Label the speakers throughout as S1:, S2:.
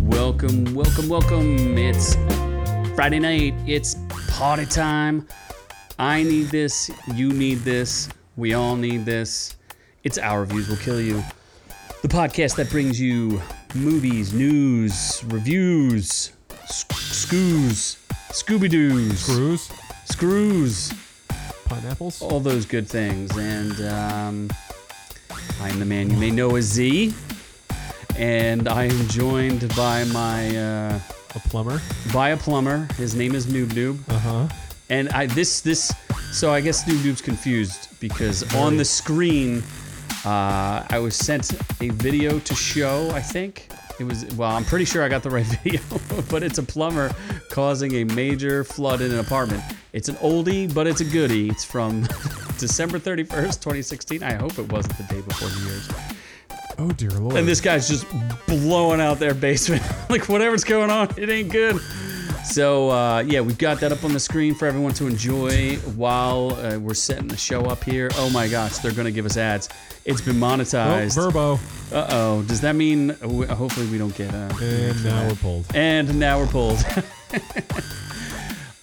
S1: Welcome, welcome, welcome. It's Friday night. It's party time. I need this. You need this. We all need this. It's Our Reviews Will Kill You, the podcast that brings you movies, news, reviews, sc- scoos, Scooby Doos,
S2: Screws,
S1: screws,
S2: pineapples.
S1: all those good things. And um, I'm the man you may know as Z. And I am joined by my. Uh,
S2: A plumber.
S1: by a plumber. His name is Noob Noob,
S2: Uh huh.
S1: and I this this. So I guess Noob Noob's confused because on the screen, uh, I was sent a video to show. I think it was. Well, I'm pretty sure I got the right video, but it's a plumber causing a major flood in an apartment. It's an oldie, but it's a goodie. It's from December 31st, 2016. I hope it wasn't the day before New Year's.
S2: Oh dear lord.
S1: And this guy's just blowing out their basement. like whatever's going on, it ain't good. So uh, yeah, we've got that up on the screen for everyone to enjoy while uh, we're setting the show up here. Oh my gosh, they're gonna give us ads. It's been
S2: oh,
S1: monetized.
S2: Verbo.
S1: uh oh, does that mean? w- Hopefully we don't get. Uh,
S2: And now we're pulled.
S1: and now we're pulled.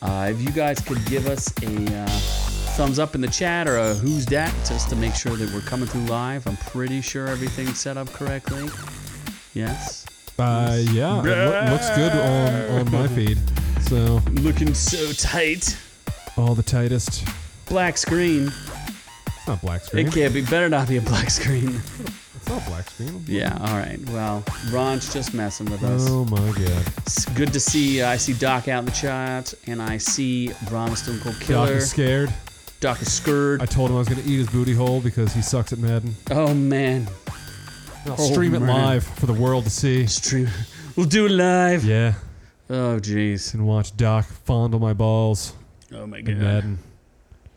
S1: uh, if you guys could give us a uh, thumbs up in the chat or a who's dat just to make sure that we're coming through live. I'm pretty sure everything's set up correctly. Yes.
S2: Uh, yeah. It loo- looks good on on my feed. So
S1: Looking so tight.
S2: all the tightest.
S1: Black screen.
S2: It's not black screen.
S1: It can't be. Better not be a black screen.
S2: It's not black screen.
S1: Yeah. All right. Well, Ron's just messing with us.
S2: Oh my god.
S1: It's good to see. uh, I see Doc out in the chat, and I see Ron Stone Cold
S2: Doc
S1: Killer.
S2: is scared.
S1: Doc is scared.
S2: I told him I was gonna eat his booty hole because he sucks at Madden.
S1: oh man.
S2: And I'll
S1: Oh,
S2: stream it
S1: man.
S2: live for the world to see.
S1: Stream. We'll do it live.
S2: Yeah.
S1: Oh jeez.
S2: Can watch Doc fondle my balls
S1: Oh my
S2: in Madden.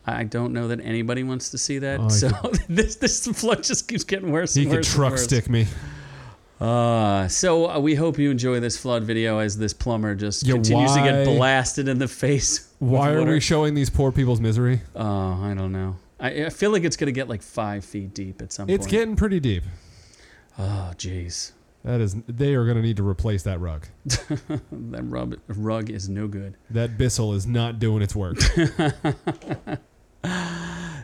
S1: I don't know that anybody wants to see that.
S2: Oh, I
S1: so this this flood just keeps getting worse.
S2: He
S1: and
S2: could
S1: worse and
S2: truck
S1: worse.
S2: stick me.
S1: Uh, so uh, we hope you enjoy this flood video as this plumber just
S2: Yeah,
S1: continues to get
S2: why-
S1: blasted in the face. with
S2: Why are
S1: water.
S2: we showing these poor people's misery?
S1: oh, I don't know. I, I feel like it's gonna get like five feet deep at some
S2: It's
S1: point.
S2: getting pretty deep.
S1: oh jeez,
S2: That is, they are going to need to replace that rug.
S1: that rub, rug is no good.
S2: That Bissell is not doing its work.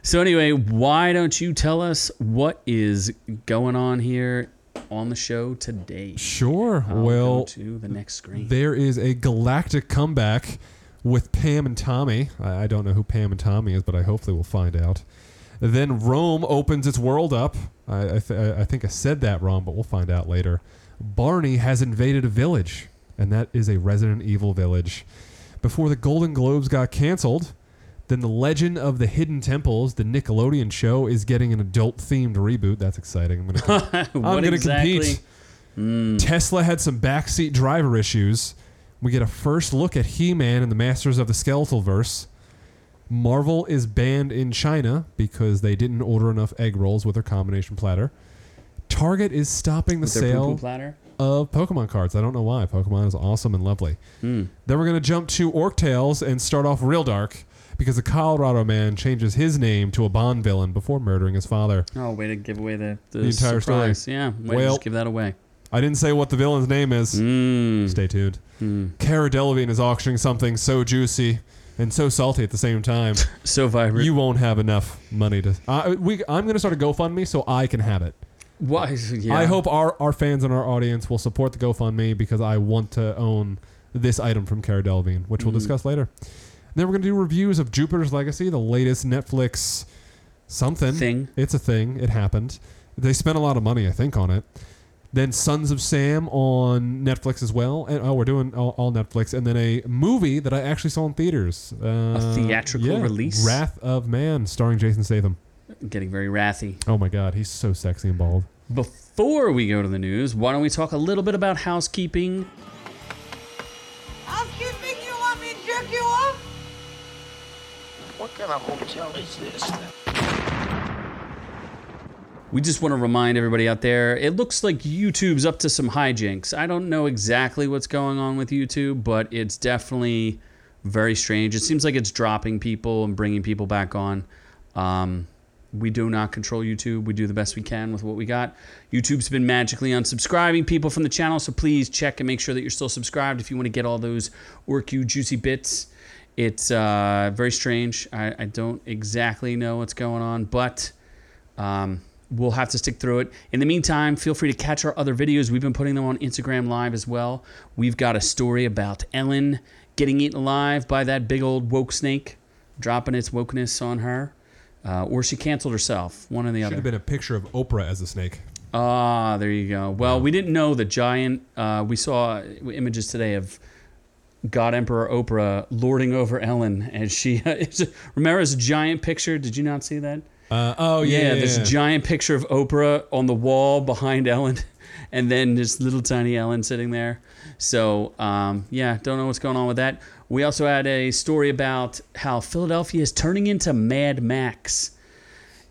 S1: So anyway, why don't you tell us what is going on here on the show today?
S2: sure.
S1: I'll go
S2: well,
S1: to the next screen.
S2: there is a galactic comeback with Pam and Tommy. I, I don't know who Pam and Tommy is, but I hopefully will find out. Then Rome opens its world up. I, I, th- I think I said that wrong, but we'll find out later. Barney has invaded a village, and that is a Resident Evil village. Before the Golden Globes got canceled, then the Legend of the Hidden Temples, the Nickelodeon show, is getting an adult-themed reboot. That's exciting. I'm gonna I'm
S1: what
S2: gonna
S1: exactly? Hmm.
S2: compete. Tesla had some backseat driver issues. We get a first look at He-Man and the Masters of the Skeletal Verse. Marvel is banned in China because they didn't order enough egg rolls with their combination platter. Target is stopping the
S1: With their poo
S2: sale
S1: platter.
S2: of Pokemon cards. I don't know why. Pokemon is awesome and lovely.
S1: Hmm.
S2: Then we're going to jump to Orc Tales and start off real dark because the Colorado man changes his name to a Bond villain before murdering his father.
S1: Oh, way to give away the, the,
S2: The entire story.
S1: surprise. Yeah, way to
S2: Well-
S1: just give that away.
S2: I didn't say what the villain's name is.
S1: Mm.
S2: Stay tuned. Cara Delevingne is auctioning something so juicy and so salty at the same time.
S1: So vibrant.
S2: you won't have enough money to. I we, I'm going to start a GoFundMe so I can have it.
S1: Why? Yeah.
S2: I hope our, our fans and our audience will support the GoFundMe because I want to own this item from Cara Delevingne, which
S1: Mm-hmm.
S2: we'll discuss later. Then we're going to do reviews of Jupiter's Legacy, the latest Netflix something.
S1: Thing.
S2: It's a thing. It happened. They spent a lot of money, I think, on it. Then Sons of Sam on Netflix as well. And oh, we're doing all, all Netflix. And then a movie that I actually saw in theaters. Uh, a
S1: theatrical release?
S2: Wrath of Man, starring Jason Statham.
S1: Getting very wrathy.
S2: Oh my God, he's so sexy and bald.
S1: Before we go to the news, why don't we talk a little bit about housekeeping?
S3: Housekeeping, you want me to jerk you off?
S4: What kind of hotel is this?
S1: We just want to remind everybody out there it looks like YouTube's up to some hijinks. I don't know exactly what's going on with YouTube, but it's definitely very strange. It seems like it's dropping people and bringing people back on. Um, We do not control YouTube. We do the best we can with what we got. YouTube's been magically unsubscribing people from the channel, so please check and make sure that you're still subscribed if you want to get all those work you juicy bits. It's uh, very strange. I, I don't exactly know what's going on, but um, we'll have to stick through it. In the meantime, feel free to catch our other videos. We've been putting them on Instagram Live as well. We've got a story about Ellen getting eaten alive by that big old woke snake, dropping its wokeness on her, uh, or she canceled herself. One or the
S2: Should
S1: other.
S2: have been a picture of Oprah as a snake.
S1: Ah, there you go. Well, we didn't know the giant. Uh, we saw images today of God Emperor Oprah lording over Ellen, and she remember this giant picture. Did you not see that?
S2: Uh, oh yeah,
S1: Yeah,
S2: yeah,
S1: this
S2: yeah.
S1: giant picture of Oprah on the wall behind Ellen, and then this little tiny Ellen sitting there. So, um, yeah, don't know what's going on with that. We also had a story about how Philadelphia is turning into Mad Max.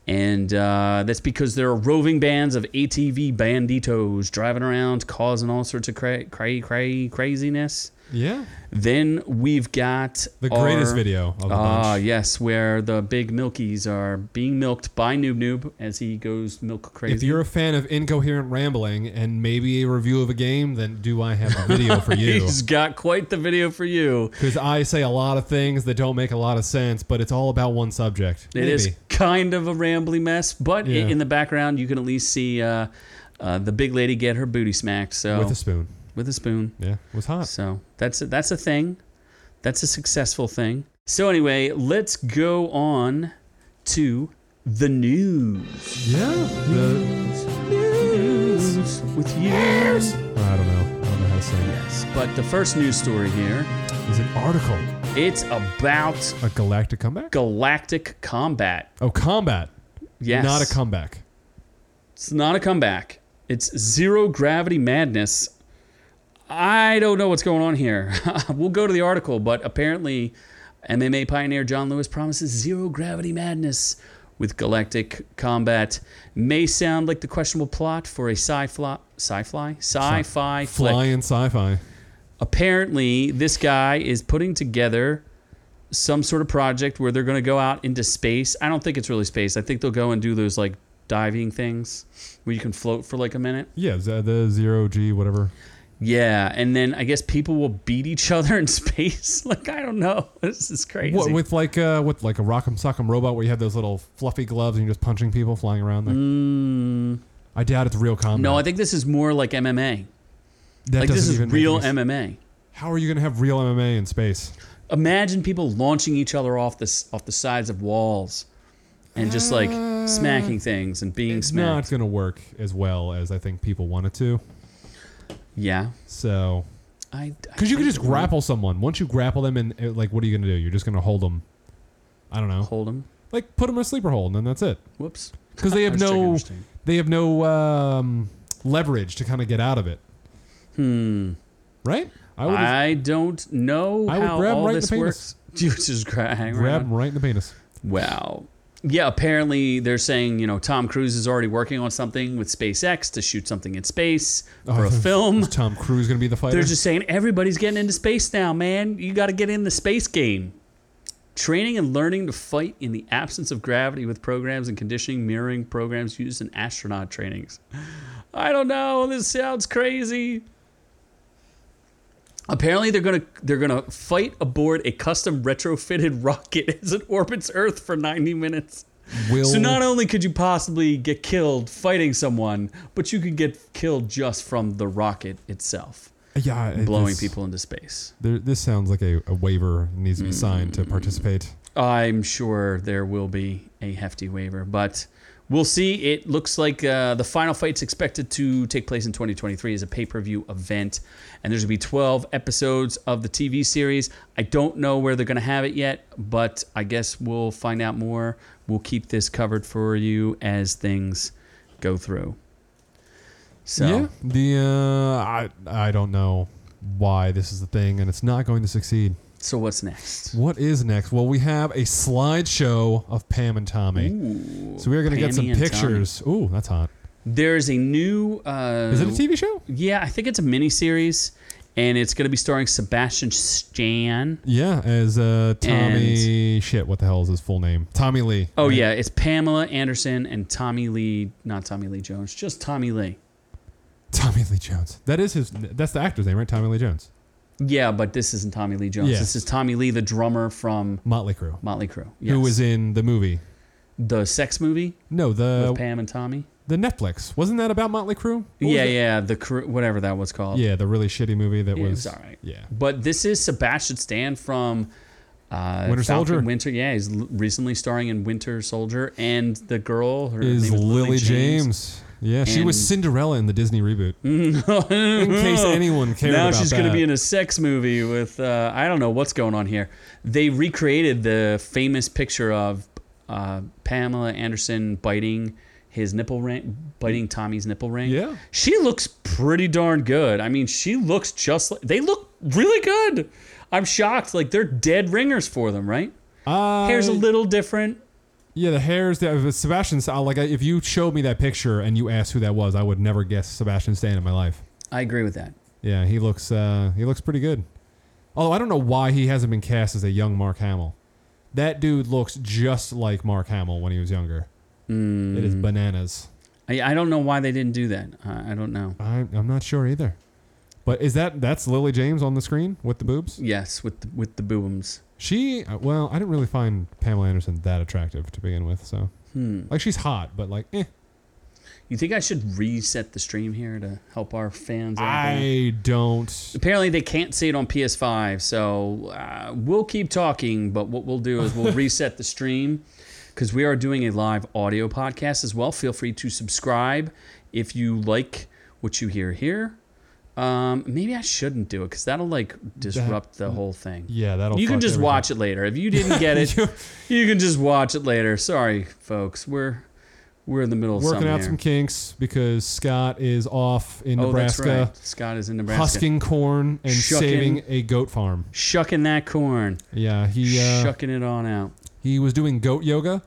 S1: And uh, that's because there are roving bands of ATV banditos driving around, causing all sorts of cra- cra- cra- craziness.
S2: yeah.
S1: Then we've got
S2: The greatest
S1: our-
S2: video of the
S1: Ah,
S2: bunch.
S1: yes, where the big milkies are being milked by Noob Noob as he goes milk crazy.
S2: If you're a fan of incoherent rambling and maybe a review of a game, then do I have a video for you?
S1: He's got quite the video for you.
S2: Because I say a lot of things that don't make a lot of sense, but it's all about one subject.
S1: It is kind of a rambly mess, but i-
S2: Yeah.
S1: in the background you can at least see uh, uh, the big lady get her booty smacked. So
S2: with a spoon.
S1: with a spoon.
S2: Yeah, it was hot.
S1: So that's a, that's a thing. That's a successful thing. So anyway, let's go on to the news.
S2: Yeah. The,
S1: News with you.
S2: I don't know. I don't know how to say it.
S1: Yes, but the first news story here,
S2: Is an article
S1: it's about
S2: a galactic comeback?
S1: galactic combat.
S2: Oh, combat.
S1: Yes.
S2: Not a comeback.
S1: It's not a comeback. It's zero gravity madness. I don't know what's going on here. we'll go to the article, but apparently MMA pioneer John Lewis promises zero gravity madness with galactic combat. May sound like the questionable plot for a sci-fly sci-fly sci-fi flick.
S2: Flying sci-fi.
S1: apparently this guy is putting together some sort of project where they're going to go out into space. I don't think it's really space. I think they'll go and do those like diving things where you can float for like a minute.
S2: Yeah, z- the zero G, whatever.
S1: Yeah, and then I guess people will beat each other in space. like I don't know. This is crazy.
S2: What with like uh with like a rock'em sock'em robot where you have those little fluffy gloves and you're just punching people flying around there? I doubt it's real combat.
S1: Mm. no, I think this is more like MMA.
S2: that
S1: like this
S2: doesn't
S1: is
S2: even make
S1: real
S2: any sense.
S1: MMA.
S2: How are you gonna have real MMA in space?
S1: Imagine people launching each other off the s- off the sides of walls and just like smacking things and being
S2: Ah. It's
S1: smacked.
S2: not gonna work as well as I think people want it to.
S1: yeah.
S2: So
S1: I
S2: because you can just grapple someone. Once you grapple them, and uh, like, what are you gonna do? You're just gonna hold them. I don't know.
S1: hold him.
S2: Like put them in a sleeper hold, and then that's it.
S1: Whoops.
S2: Because they
S1: I
S2: have
S1: was checking
S2: no,
S1: this thing.
S2: they have no um, leverage to kind of get out of it. Hmm. Right. I would just
S1: I don't know
S2: I would
S1: how
S2: grab
S1: all
S2: right in the
S1: this
S2: penis.
S1: works. You just gra- hang
S2: grab
S1: around.
S2: them right in the penis.
S1: Wow. Yeah, apparently they're saying, you know, Tom Cruise is already working on something with SpaceX to shoot something in space for a
S2: Oh,
S1: film.
S2: Is Tom Cruise gonna be the fighter?
S1: They're just saying everybody's getting into space now, man. You got to get in the space game. Training and learning to fight in the absence of gravity with programs and conditioning mirroring programs used in astronaut trainings. I don't know. This sounds crazy. Apparently, they're gonna they're gonna fight aboard a custom retrofitted rocket as it orbits Earth for 90 minutes.
S2: Will
S1: So not only could you possibly get killed fighting someone, but you could get killed just from the rocket itself
S2: yeah it-
S1: blowing
S2: this-
S1: people Hmm. into space.
S2: There, this sounds like a, a waiver needs to be signed to participate.
S1: I'm sure there will be a hefty waiver, but we'll see. It looks like uh, the final fight's expected to take place in 2023 as a pay per view event, and there's gonna be 12 episodes of the TV series. I don't know where they're gonna have it yet, but I guess we'll find out more. We'll keep this covered for you as things go through. So.
S2: Yeah. The uh, I I don't know why this is the thing, and it's not going to succeed.
S1: So what's next?
S2: What is next? Well, we have a slideshow of Pam and Tommy. so we are going to get
S1: Pammy
S2: some
S1: and
S2: pictures. Ooh, that's hot.
S1: There's a new. Uh,
S2: Is it a TV show?
S1: Yeah, I think it's a miniseries. and it's going to be starring Sebastian Stan.
S2: Yeah, as uh, Tommy. Shit, what the hell is his full name? Tommy Lee.
S1: Oh yeah, it's Pamela Anderson and Tommy Lee, not Tommy Lee Jones, just Tommy Lee.
S2: Tommy Lee Jones. That is his. That's the actor's name, right? Tommy Lee Jones.
S1: Yeah, but this isn't Tommy Lee Jones.
S2: Yes.
S1: This is Tommy Lee, the drummer from
S2: Motley Crue,
S1: Motley Crue. Yes.
S2: who was in the movie.
S1: the sex movie
S2: No,
S1: with
S2: the
S1: Pam and Tommy?
S2: the Netflix wasn't that about Motley Crue? Uh, What was
S1: Yeah,
S2: it?
S1: yeah, the cr- whatever that was called.
S2: yeah. The really shitty movie that
S1: it was,
S2: was.
S1: all right.
S2: Yeah,
S1: But this is Sebastian Stan from uh,
S2: Winter
S1: Falcon
S2: Soldier?
S1: Winter, yeah, he's l- recently starring in Winter Soldier, and the girl her
S2: is
S1: name is
S2: Lily, James. Yeah, she was
S1: And-
S2: Cinderella in the Disney reboot. in case anyone cared.
S1: Now
S2: about
S1: she's going to
S2: that.
S1: be in a sex movie with uh, I don't know what's going on here. They recreated the famous picture of uh, Pamela Anderson biting his nipple ring, biting Tommy's nipple ring.
S2: Yeah.
S1: she looks pretty darn good. I mean, she looks just like they look really good. I'm shocked. Like they're dead ringers for them, right?
S2: Uh,
S1: Mm. Hair's a little different.
S2: Yeah, the hair's the uh, Sebastian. Stan- Like, I- if you showed me that picture and you asked who that was, I would never guess Sebastian Stan in my life.
S1: I agree with that.
S2: Yeah, he looks uh, he looks pretty good. Although I don't know why he hasn't been cast as a young Mark Hamill. That dude looks just like Mark Hamill when he was younger. It
S1: Mm.
S2: is bananas.
S1: I, I don't know why they didn't do that. Uh, I, I don't know.
S2: I, I'm not sure either. But is that that's Lily James on the screen with the boobs?
S1: Yes, with the, with the boobums.
S2: She uh, well, I didn't really find Pamela Anderson that attractive to begin with. So
S1: Hmm.
S2: like she's hot, but like eh.
S1: You think I should reset the stream here to help our fans? out there?
S2: I don't.
S1: Apparently, they can't see it on PS5, so uh, we'll keep talking. But what we'll do is we'll reset the stream because we are doing a live audio podcast as well. Feel free to subscribe if you like what you hear here. Um, maybe I shouldn't do it because that'll like disrupt the whole thing.
S2: Yeah, that'll.
S1: You can
S2: fuck
S1: just
S2: everything.
S1: watch it later. If you didn't get it, you can just watch it later. Sorry, folks. We're we're in the middle of
S2: Working
S1: something
S2: out
S1: here.
S2: some kinks because Scott is off in
S1: Oh,
S2: Nebraska.
S1: that's right. Scott is in Nebraska.
S2: husking corn and
S1: Shucking.
S2: saving a goat farm.
S1: Shucking that corn.
S2: Yeah, he uh,
S1: Shucking it on out.
S2: he was doing goat yoga,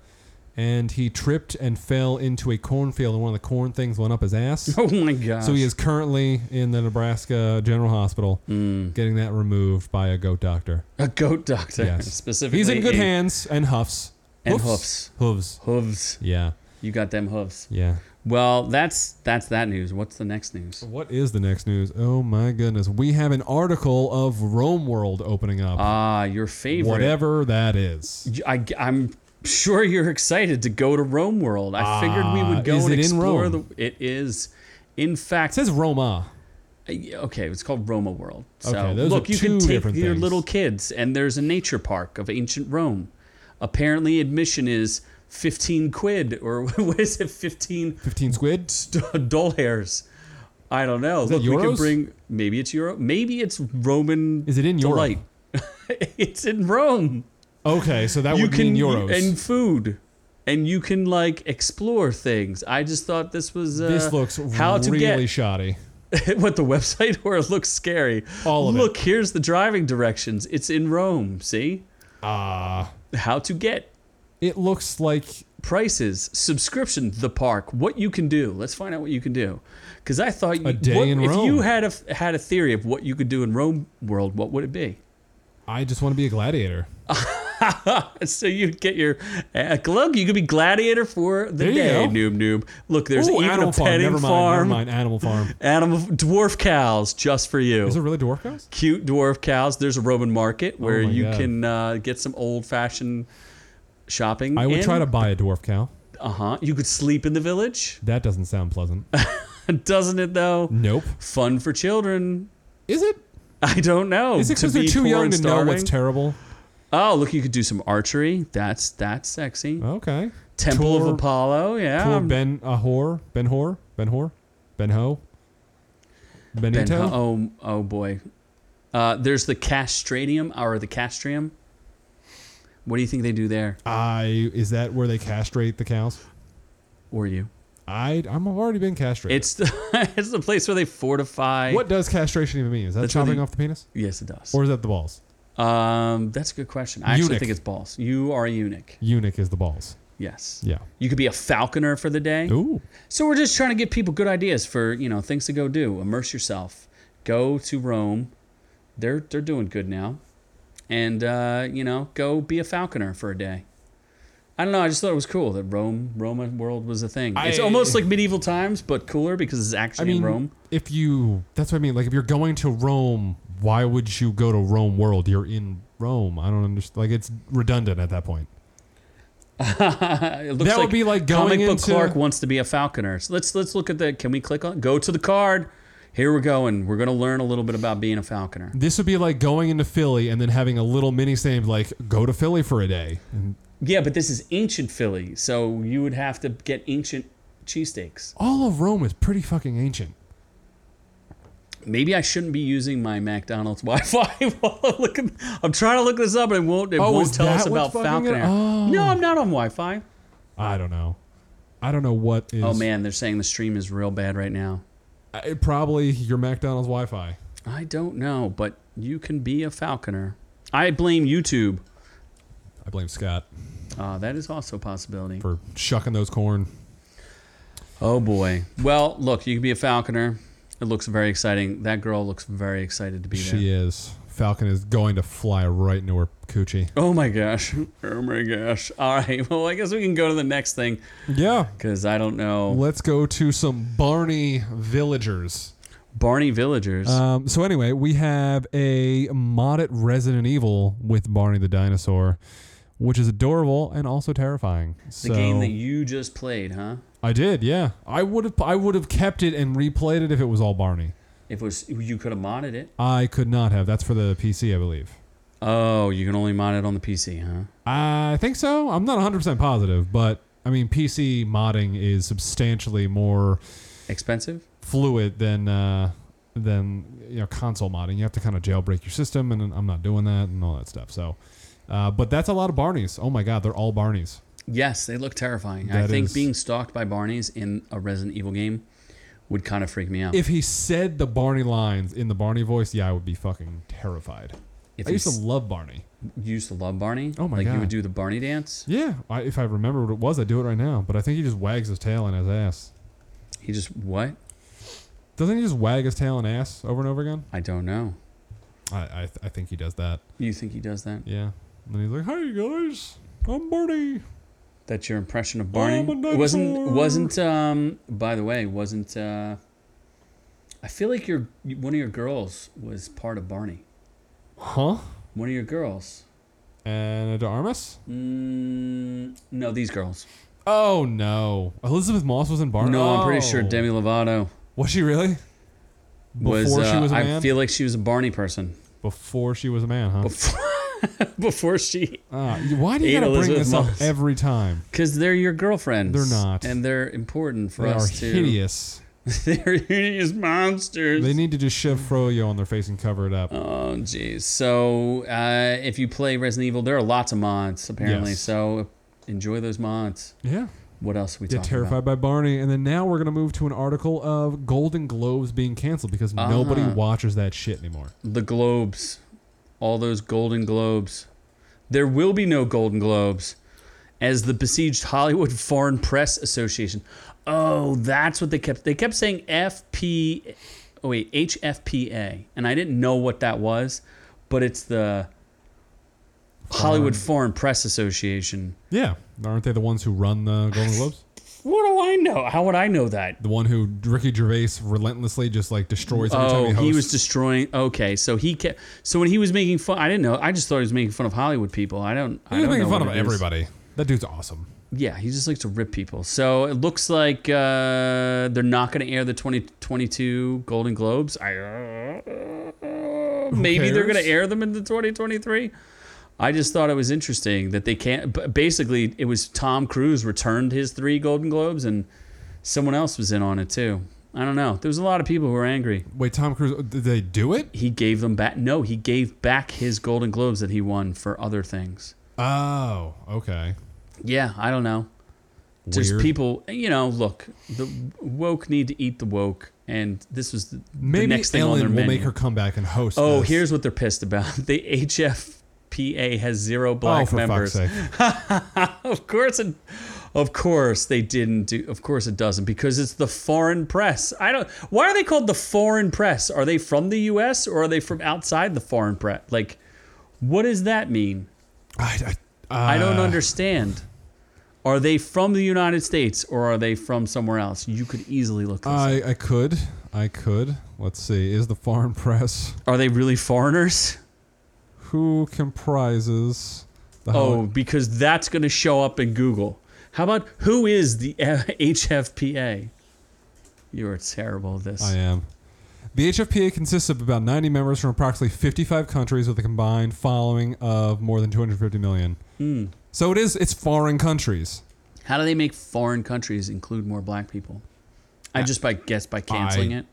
S2: and he tripped and fell into a cornfield, and one of the corn things went up his ass.
S1: Oh my gosh.
S2: so he is currently in the Nebraska General Hospital,
S1: Hmm.
S2: getting that removed by a goat doctor.
S1: a goat doctor.
S2: Yes,
S1: Specifically.
S2: he's in good
S1: a-
S2: hands and huffs
S1: And
S2: hoofs. Hooves.
S1: Hooves.
S2: Yeah,
S1: You got them hooves.
S2: yeah.
S1: Well, that's that's that news. What's the next news?
S2: What is the next news? Oh my goodness, we have an article of Rome World opening up.
S1: Ah, your favorite.
S2: Whatever that is.
S1: You- I, am sure you're excited to go to Rome World. I figured we
S2: Ah,
S1: would go
S2: is
S1: and
S2: it in
S1: explore
S2: Rome?
S1: the. It is, in fact,
S2: It says Roma.
S1: Uh, okay, it's called Roma World. So
S2: Okay, those are
S1: look, you
S2: two
S1: can take your
S2: different things.
S1: little kids, and there's a nature park of ancient Rome. Apparently, admission is fifteen quid, or what is it, fifteen
S2: 15 squid.
S1: doll hairs? I don't know.
S2: that
S1: look, we can
S2: euros?
S1: bring maybe it's euro, maybe it's Roman.
S2: Is it in euro?
S1: delight. it's in Rome.
S2: Okay, so that would mean euros.
S1: and food. And you can like explore things. I just thought this was uh,
S2: this looks
S1: how to
S2: really
S1: get
S2: shoddy.
S1: what the website or it looks scary.
S2: All of it.
S1: Look, here's the driving directions. It's in Rome. See
S2: Ah,
S1: how to get
S2: it looks like
S1: prices, subscription, the park, what you can do. Let's find out what you can do. Because I thought you,
S2: day
S1: what-
S2: in
S1: if
S2: Rome.
S1: you had a had a theory of what you could do in Rome world, what would it be?
S2: I just want to be a gladiator.
S1: So you'd get your uh, look. You could be gladiator for the
S2: There you
S1: day,
S2: go.
S1: noob noob. Look, there's
S2: Ooh,
S1: even
S2: animal
S1: a
S2: farm.
S1: petting
S2: Never mind.
S1: farm.
S2: Never mind. Animal farm.
S1: Animal dwarf cows just for you.
S2: Is it really dwarf cows?
S1: cute dwarf cows. There's a Roman market where
S2: Oh my
S1: you
S2: God.
S1: can uh, get some old fashioned shopping.
S2: I would try to buy a dwarf cow.
S1: Uh huh. You could sleep in the village,
S2: That doesn't sound pleasant.
S1: doesn't it? Though
S2: nope.
S1: fun for children.
S2: Is it?
S1: I don't know.
S2: Is it
S1: Oh, To
S2: because they're
S1: be
S2: too
S1: poor
S2: young
S1: and
S2: to know what's
S1: starving?
S2: terrible?
S1: oh, look, you could do some archery. That's that's sexy.
S2: Okay.
S1: Temple
S2: Tour-
S1: of Apollo. Yeah.
S2: Uh, Poor Ben Ahor. Ben Hor. Ben Hor. Ben Ho.
S1: Ben-
S2: Benito.
S1: oh, oh boy. Uh, there's the castratium or the castrium. What do you think they do there?
S2: Uh, I is that where they castrate the cows?
S1: Or you?
S2: I I'm already been castrated.
S1: It's the it's the place where they fortify.
S2: What does castration even mean? Is that
S1: That's where
S2: chopping
S1: the-
S2: off the penis,
S1: Yes, it does.
S2: or is that the balls?
S1: um, that's a good question. I actually
S2: Eunuch.
S1: think it's balls. You are a eunuch.
S2: Eunuch is the balls.
S1: Yes.
S2: Yeah.
S1: You could be a falconer for the day.
S2: Ooh.
S1: So we're just trying to give people good ideas for you know things to go do. Immerse yourself. Go to Rome. they're they're doing good now, and uh, you know, go be a falconer for a day. I don't know. I just thought it was cool that Rome, Roma world was a thing. it's
S2: I-
S1: almost like medieval times, but cooler because it's actually
S2: I mean,
S1: in Rome.
S2: if you that's what I mean. Like, if you're going to Rome, why would you go to Rome World? You're in Rome. I don't understand. Like, it's redundant at that point.
S1: It looks
S2: That would be like
S1: comic
S2: going
S1: book
S2: into-
S1: Clark wants to be a falconer. So let's let's look at the. Can we click on? Go to the card. Here we go, and we're gonna learn a little bit about being a falconer.
S2: This would be like going into Philly and then having a little mini save like, go to Philly for a day. And
S1: Yeah, but this is ancient Philly, so you would have to get ancient cheesesteaks.
S2: all of Rome is pretty fucking ancient.
S1: Maybe I shouldn't be using my McDonald's Wi-Fi while I'm looking. I'm trying to look this up, and it won't. It
S2: Oh,
S1: won't
S2: is
S1: tell us
S2: that what's
S1: about
S2: fucking it?
S1: falconer.
S2: Oh.
S1: No, I'm not on Wi-Fi.
S2: I don't know. I don't know what is.
S1: Oh man, they're saying the stream is real bad right now.
S2: I- probably your McDonald's Wi Fi.
S1: I don't know, but you can be a falconer. I blame YouTube.
S2: I blame Scott
S1: Uh, that is also a possibility.
S2: for shucking those corn.
S1: Oh boy. Well, look, you can be a falconer. It looks very exciting. That girl looks very excited to be there.
S2: She is. Falcon is going to fly right into her coochie.
S1: Oh my gosh. Oh my gosh. All right. Well, I guess we can go to the next thing
S2: Yeah.
S1: because I don't know.
S2: Let's go to some Barney villagers.
S1: Barney Villagers.
S2: Um, so anyway, we have a modded Resident Evil with Barney the dinosaur, which is adorable and also terrifying.
S1: the
S2: So
S1: game that you just played, huh?
S2: I did, yeah. I would have I would have kept it and replayed it if it was all Barney.
S1: If it was you could have modded it.
S2: I could not have. That's for the PC, I believe.
S1: Oh, you can only mod it on the PC, huh?
S2: I think so. I'm not 100% positive, but I mean PC modding is substantially more
S1: Expensive?
S2: fluid than uh, than you know console modding. You have to kind of jailbreak your system, and I'm not doing that and all that stuff. So, uh, but that's a lot of Barneys. Oh my God, they're all Barneys.
S1: Yes, they look terrifying. I
S2: That
S1: think
S2: is-
S1: being stalked by Barneys in a Resident Evil game would kind of freak me out.
S2: If he said the Barney lines in the Barney voice, yeah, I would be fucking terrified.
S1: If
S2: I used to
S1: he's-
S2: love Barney.
S1: you used to love Barney.
S2: Oh my
S1: like you
S2: God.
S1: would do the Barney dance.
S2: Yeah, I, if I remember what it was, I'd do it right now. But I think he just wags his tail and his ass.
S1: He just what?
S2: Doesn't he just wag his tail and ass over and over again?
S1: I don't know.
S2: I I, I think he does that.
S1: You think he does that?
S2: Yeah. And then he's like, "Hey guys, I'm Barney."
S1: That's your impression of Barney.
S2: I'm a
S1: It wasn't
S2: dinosaur.
S1: wasn't um by the way, wasn't uh I feel like your one of your girls was part of Barney.
S2: Huh?
S1: One of your girls.
S2: And De Armas.
S1: Mm, no, these girls.
S2: Oh no, Elizabeth Moss was in Barney.
S1: No, I'm pretty
S2: Oh.
S1: sure Demi Lovato
S2: was she really? Before
S1: was. uh,
S2: she was a
S1: I
S2: man.
S1: feel like she was a Barney person
S2: Before she was a man, huh?
S1: before, before she,
S2: Ah, you- why do you
S1: Ain't
S2: gotta bring
S1: Elizabeth
S2: this
S1: Moss.
S2: up every time?
S1: because they're your girlfriends.
S2: They're not.
S1: and they're important for
S2: They are
S1: us to.
S2: hideous.
S1: they're hideous monsters.
S2: They need to just shove Froyo on their face and cover it up.
S1: Oh geez. So uh, if you play Resident Evil, there are lots of mods apparently.
S2: Yes.
S1: So enjoy those mods.
S2: yeah.
S1: What else are we
S2: Get
S1: talking
S2: terrified
S1: about?
S2: by Barney, and then now we're gonna move to an article of Golden Globes being canceled because
S1: Ah.
S2: nobody watches that shit anymore.
S1: The Globes, all those Golden Globes. There will be no Golden Globes, as the besieged Hollywood Foreign Press Association. Oh, that's what they kept. They kept saying FP. Oh wait, HFPA, and I didn't know what that was, but it's the Hollywood Foreign Press Association.
S2: Yeah, aren't they the ones who run the Golden Globes?
S1: What do I know? How would I know that?
S2: The one who Ricky Gervais relentlessly just like destroys every time
S1: Oh,
S2: he hosts.
S1: he was destroying. Okay, so he kept. So when he was making fun, I didn't know. I just thought he was making fun of Hollywood people. I don't. I
S2: He's
S1: don't
S2: making
S1: know
S2: fun of
S1: what it is.
S2: everybody. That dude's awesome.
S1: Yeah, he just likes to rip people. So it looks like uh, they're not going to air the 2022 Golden Globes. I, maybe they're
S2: cares?
S1: going to air them in the 2023. I just thought it was interesting that they can't. But basically, it was Tom Cruise returned his three Golden Globes, and someone else was in on it too. I don't know. There was a lot of people who were angry.
S2: Wait, Tom Cruise, oh, did they do it?
S1: he gave them back. No, he gave back his Golden Globes that he won for other things.
S2: Oh, okay.
S1: Yeah, I don't know. Just
S2: Weird.
S1: people, you know. Look, the woke need to eat the woke, and this was the, the
S2: Maybe
S1: next thing
S2: Ellen
S1: on their
S2: will
S1: menu.
S2: make her come back and host.
S1: oh,
S2: this.
S1: here's what they're pissed about: the HFPA has zero
S2: oh,
S1: black
S2: for
S1: members.
S2: fuck's sake!
S1: of course, it, Of course they didn't do. Of course it doesn't because it's the foreign press. I don't. Why are they called the foreign press? Are they from the U.S. or are they from outside the foreign press? Like, what does that mean?
S2: I, I, uh,
S1: I don't understand. Are they from the United States or are they from somewhere else? You could easily look this up.
S2: I, I could. I could. Let's see. Is the foreign press
S1: Are they really foreigners?
S2: who comprises the
S1: Oh, because that's going to show up in Google. How about who is the HFPA? You are terrible at this.
S2: I am. The HFPA consists of about 90 members from approximately 55 countries with a combined following of more than 250 million.
S1: Hmm.
S2: So it is it's foreign countries.
S1: How do they make foreign countries include more black people? I just by guess by canceling
S2: I-
S1: it.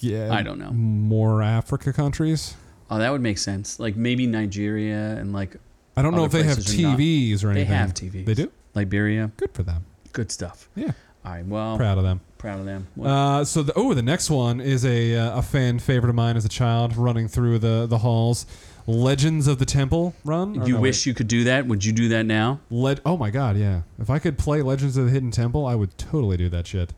S2: Yeah.
S1: I don't know.
S2: More Africa countries.
S1: Oh, that would make sense. Like maybe Nigeria and like
S2: I don't know
S1: Other
S2: if they have
S1: places are not.
S2: TVs or
S1: they
S2: anything.
S1: have TVs.
S2: They do.
S1: Liberia.
S2: Good for them.
S1: Good stuff.
S2: Yeah.
S1: All right. Well, proud,
S2: Proud
S1: of
S2: of them.
S1: them. Well,
S2: Uh, so the oh, the next one is a uh, a fan favorite of mine as a child, running through the the halls. Legends of the Temple Run. Or
S1: you
S2: Oh, no,
S1: wish you could do that? Would you do that now?
S2: Led. Oh my god, yeah. If I could play Legends of the Hidden Temple, I would totally do that shit.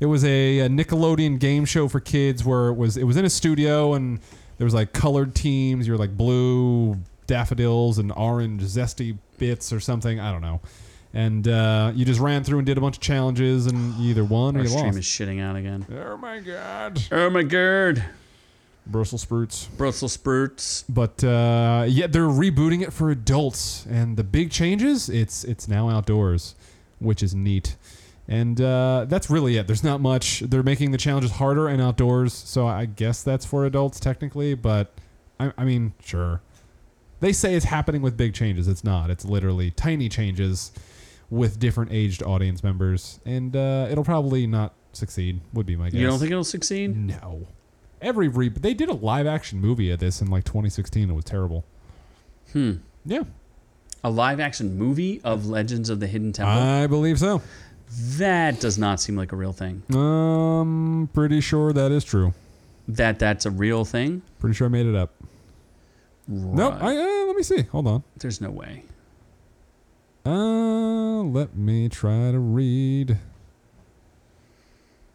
S2: It was a, a Nickelodeon game show for kids where it was it was in a studio and there was like colored teams. You were like blue daffodils and orange zesty bits or something. I don't know. And uh, you just ran through and did a bunch of challenges and you either won or
S1: Our
S2: you
S1: stream
S2: lost.
S1: is shitting out again.
S2: oh my god,
S1: Oh my god.
S2: Brussels sprouts.
S1: Brussels sprouts.
S2: But uh, yeah, they're rebooting it for adults, and the big changes it's it's now outdoors, which is neat, and uh, that's really it. There's not much. They're making the challenges harder and outdoors, so I guess that's for adults technically. But I, I mean, sure, they say it's happening with big changes. It's not. It's literally tiny changes with different aged audience members, and uh, it'll probably not succeed. Would be my guess.
S1: You don't think it'll succeed?
S2: No. Every re they did a live action movie of this in like 2016. It was terrible. Hmm. Yeah,
S1: A live action movie of Legends of the Hidden Temple?
S2: I believe so.
S1: that does not seem like a real thing.
S2: Um, pretty sure that is true.
S1: That that's a real thing?
S2: Pretty sure I made it up. No,
S1: Right.
S2: I uh, let me see. Hold on.
S1: There's no way.
S2: Uh, let me try to read.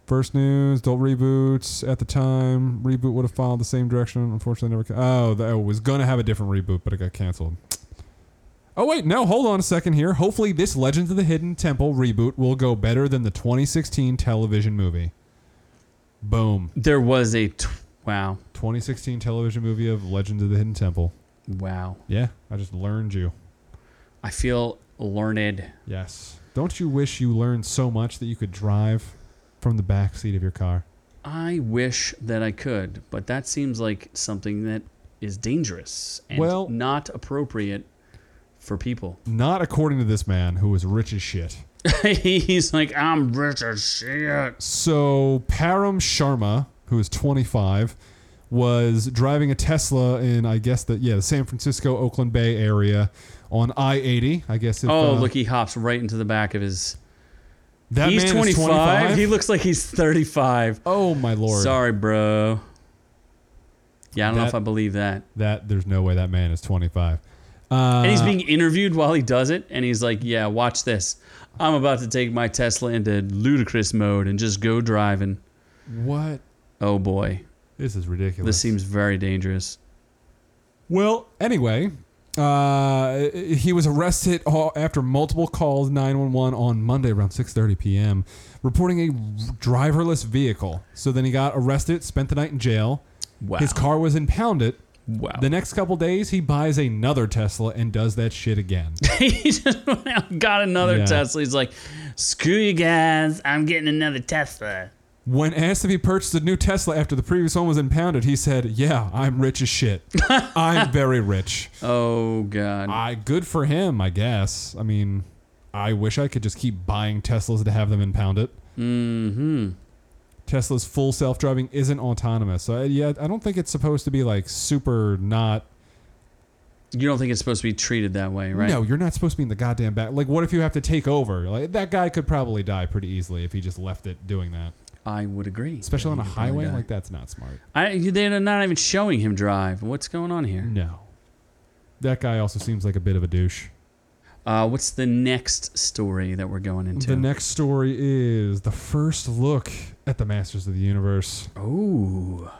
S2: First news, adult reboots at the time. Reboot would have followed the same direction. Unfortunately, never. Ca- oh, that was gonna have a different reboot, but it got canceled. Oh wait, no. Hold on a second here. Hopefully, this Legends of the Hidden Temple reboot will go better than the 2016 television movie. Boom.
S1: There was a t- wow.
S2: 2016 television movie of Legends of the Hidden Temple.
S1: Wow.
S2: Yeah, I just learned you.
S1: I feel learned.
S2: Yes. Don't you wish you learned so much that you could drive from the back seat of your car?
S1: I wish that I could, but that seems like something that is dangerous and
S2: Well-
S1: not appropriate for people.
S2: Not according to this man who was rich as shit.
S1: He's like, I'm rich as shit.
S2: So Param Sharma, who is 25, was driving a Tesla in I guess the yeah the San Francisco Oakland Bay area on I-80. I guess. If,
S1: Oh,
S2: uh,
S1: look, he hops right into the back of his.
S2: that
S1: he's
S2: man
S1: 25.
S2: Is 25.
S1: He looks like he's 35.
S2: oh my lord!
S1: Sorry, bro. Yeah, I don't know if
S2: That-
S1: I believe that.
S2: That there's no way that man is 25. Uh,
S1: And he's being interviewed while he does it, and he's like, "Yeah, watch this. I'm about to take my Tesla into ludicrous mode and just go driving."
S2: what?
S1: Oh boy,
S2: This is ridiculous.
S1: this seems very dangerous.
S2: Well, anyway, uh, he was arrested a- after multiple calls 911 on Monday around 6:30 p.m. reporting a driverless vehicle. So then he got arrested, spent the night in jail.
S1: Wow.
S2: His car was impounded.
S1: Wow.
S2: The next couple days, he buys another Tesla and does that shit again.
S1: he just went out and got another
S2: Yeah.
S1: Tesla. He's like, "Screw you guys, I'm getting another Tesla."
S2: when asked if he purchased a new Tesla after the previous one was impounded, he said, "Yeah, I'm rich as shit. I'm very rich."
S1: Oh god.
S2: I good for him, I guess. I mean, I wish I could just keep buying Teslas to have them impound it. Mm-hmm. Tesla's full self-driving isn't autonomous, so uh, yeah, I don't think it's supposed to be like super not.
S1: you don't think it's supposed to be treated that way, right?
S2: No, you're not supposed to be in the goddamn back. Like, what if you have to take over? Like that guy could probably die pretty easily if he just left it doing that,
S1: I would agree.
S2: especially on a
S1: could probably
S2: highway.
S1: die.
S2: Like that's not smart.
S1: I, they're not even showing him drive. What's going on here?
S2: No, that guy also seems like a bit of a douche.
S1: Uh, what's the next story that we're going into?
S2: The next story is the first look at the Masters of the Universe.
S1: Oh,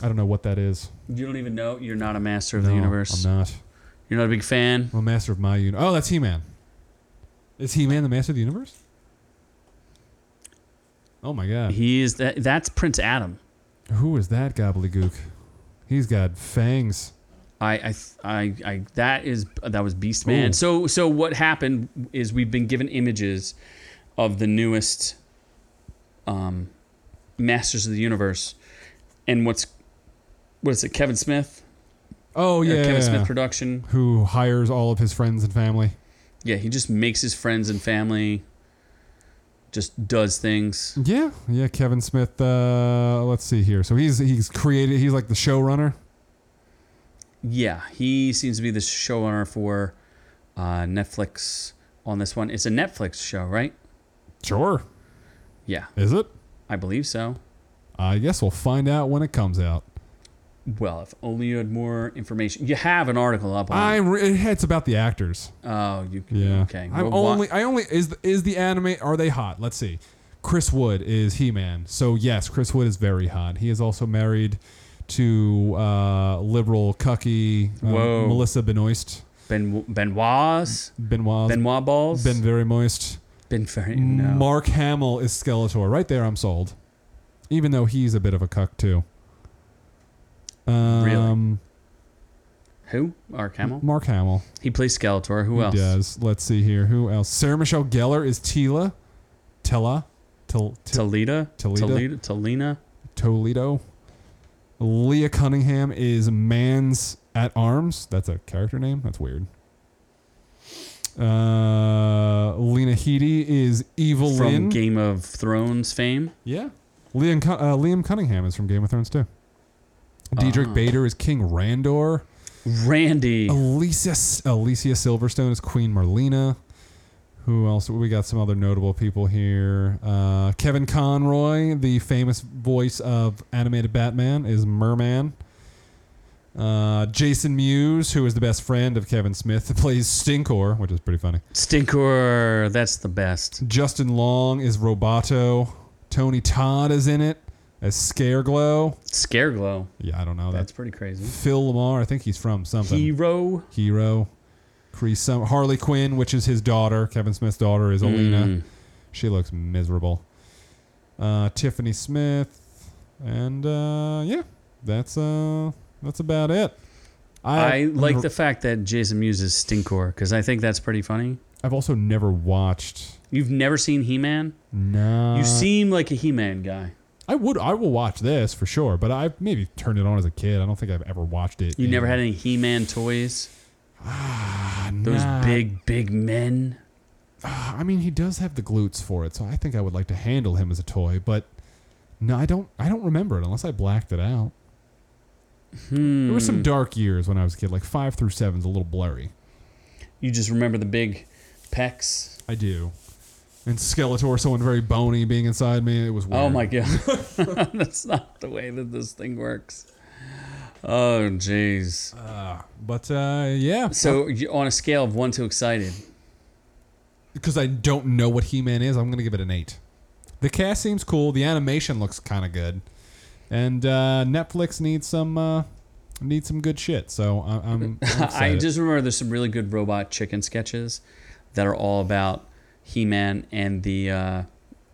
S2: I don't know what that is.
S1: you don't even know. You're not a master of the
S2: No,
S1: universe.
S2: I'm not.
S1: You're not a big fan.
S2: I'm a master of my universe. Oh, that's He Man. Is He Man the master of the universe? Oh my god.
S1: He is that. That's Prince Adam.
S2: Who is that gobbledygook? He's got fangs.
S1: I, I, I, I that is that was Beast Man.
S2: Ooh.
S1: So, so what happened is we've been given images of the newest um, Masters of the Universe, and what's what is it? Kevin Smith,
S2: Oh
S1: Or
S2: yeah.
S1: Kevin Smith production.
S2: Who hires all of his friends and family.
S1: Yeah, he just makes his friends and family, just does things.
S2: Yeah, yeah, Kevin Smith. Uh, let's see here. So he's he's created. He's like the showrunner.
S1: Yeah, he seems to be the showrunner for uh, Netflix on this one. It's a Netflix show, right?
S2: Sure.
S1: Yeah,
S2: Is it?
S1: I believe so.
S2: I guess we'll find out when it comes out.
S1: Well, if only you had more information. You have an article up
S2: I
S1: on.
S2: re- it's about the actors.
S1: oh, you can.
S2: Yeah.
S1: Okay. Well,
S2: I'm
S1: wha-
S2: only. I only is the, is the anime. Are they hot? Let's see. Chris Wood is He Man. So yes, Chris Wood is very hot. He is also married to uh, liberal cucky uh,
S1: Whoa.
S2: Melissa Benoist.
S1: ben Benoit's
S2: Benoit.
S1: Benoit balls.
S2: ben very moist.
S1: ben Ferry. No.
S2: Mark Hamill is Skeletor. Right there, I'm sold. Even though he's a bit of a cuck too. Um,
S1: Who? Mark Hamill.
S2: Mark Hamill.
S1: He plays Skeletor. Who else?
S2: He does. Let's see here. Who else? Sarah Michelle Gellar is Tila. Tella. Tel, Tel-
S1: Talita.
S2: Talita?
S1: Talita. Talina.
S2: Toledo. Leah Cunningham is Mans at Arms. That's a character name. That's weird. Uh, Lena Headey is Evil
S1: From
S2: Lyn.
S1: Game of Thrones fame.
S2: Yeah. Liam, Cun- uh, Liam Cunningham is from Game of Thrones, too. Diedrich Bader is King Randor.
S1: Randy.
S2: Alicia, Alicia Silverstone is Queen Marlena. Who else? We got some other notable people here. Uh, Kevin Conroy, the famous voice of animated Batman, is Merman. Uh, Jason Mewes, who is the best friend of Kevin Smith, plays Stinkor, which is pretty funny.
S1: Stinkor. That's the best.
S2: Justin Long is Roboto. Tony Todd is in it as Scareglow.
S1: Scareglow.
S2: Yeah, I don't know.
S1: That's
S2: That's,
S1: pretty crazy.
S2: Phil Lamar. I think he's from Oh, something.
S1: Hero.
S2: Hero. Cree Sum- Harley Quinn, which is his daughter. Kevin Smith's daughter is Alina.
S1: Hmm.
S2: She looks miserable. Uh, Tiffany Smith. And uh, yeah, that's uh, that's about it.
S1: I like the fact that Jason Mewes is Stinkor because I think that's pretty funny.
S2: I've also never watched.
S1: You've never seen He Man?
S2: No.
S1: You seem like a He Man guy.
S2: I would. I will watch this for sure. But I maybe turned it on as a kid. I don't think I've ever watched it.
S1: You
S2: in-
S1: never had any He Man toys? Those
S2: Nah.
S1: big, big men?
S2: I mean, he does have the glutes for it, so I think I would like to handle him as a toy. But no, I don't. I don't remember it unless I blacked it out. There
S1: Hmm.
S2: were some dark years when I was a kid, like five through seven's a little blurry.
S1: You just remember the big pecs?
S2: I do. And Skeletor, someone very bony, being inside me. It was weird.
S1: Oh my God. that's not the way that this thing works. Oh, jeez.
S2: But uh, yeah,
S1: So, you- on a scale of one to excited,
S2: because I don't know what He Man is, I'm gonna give it an eight. The cast seems cool. The animation looks kind of good, and uh, Netflix needs some uh, needs some good shit. So I, I'm. I'm
S1: I
S2: excited.
S1: just remember there's some really good robot chicken sketches that are all about He Man and the, uh,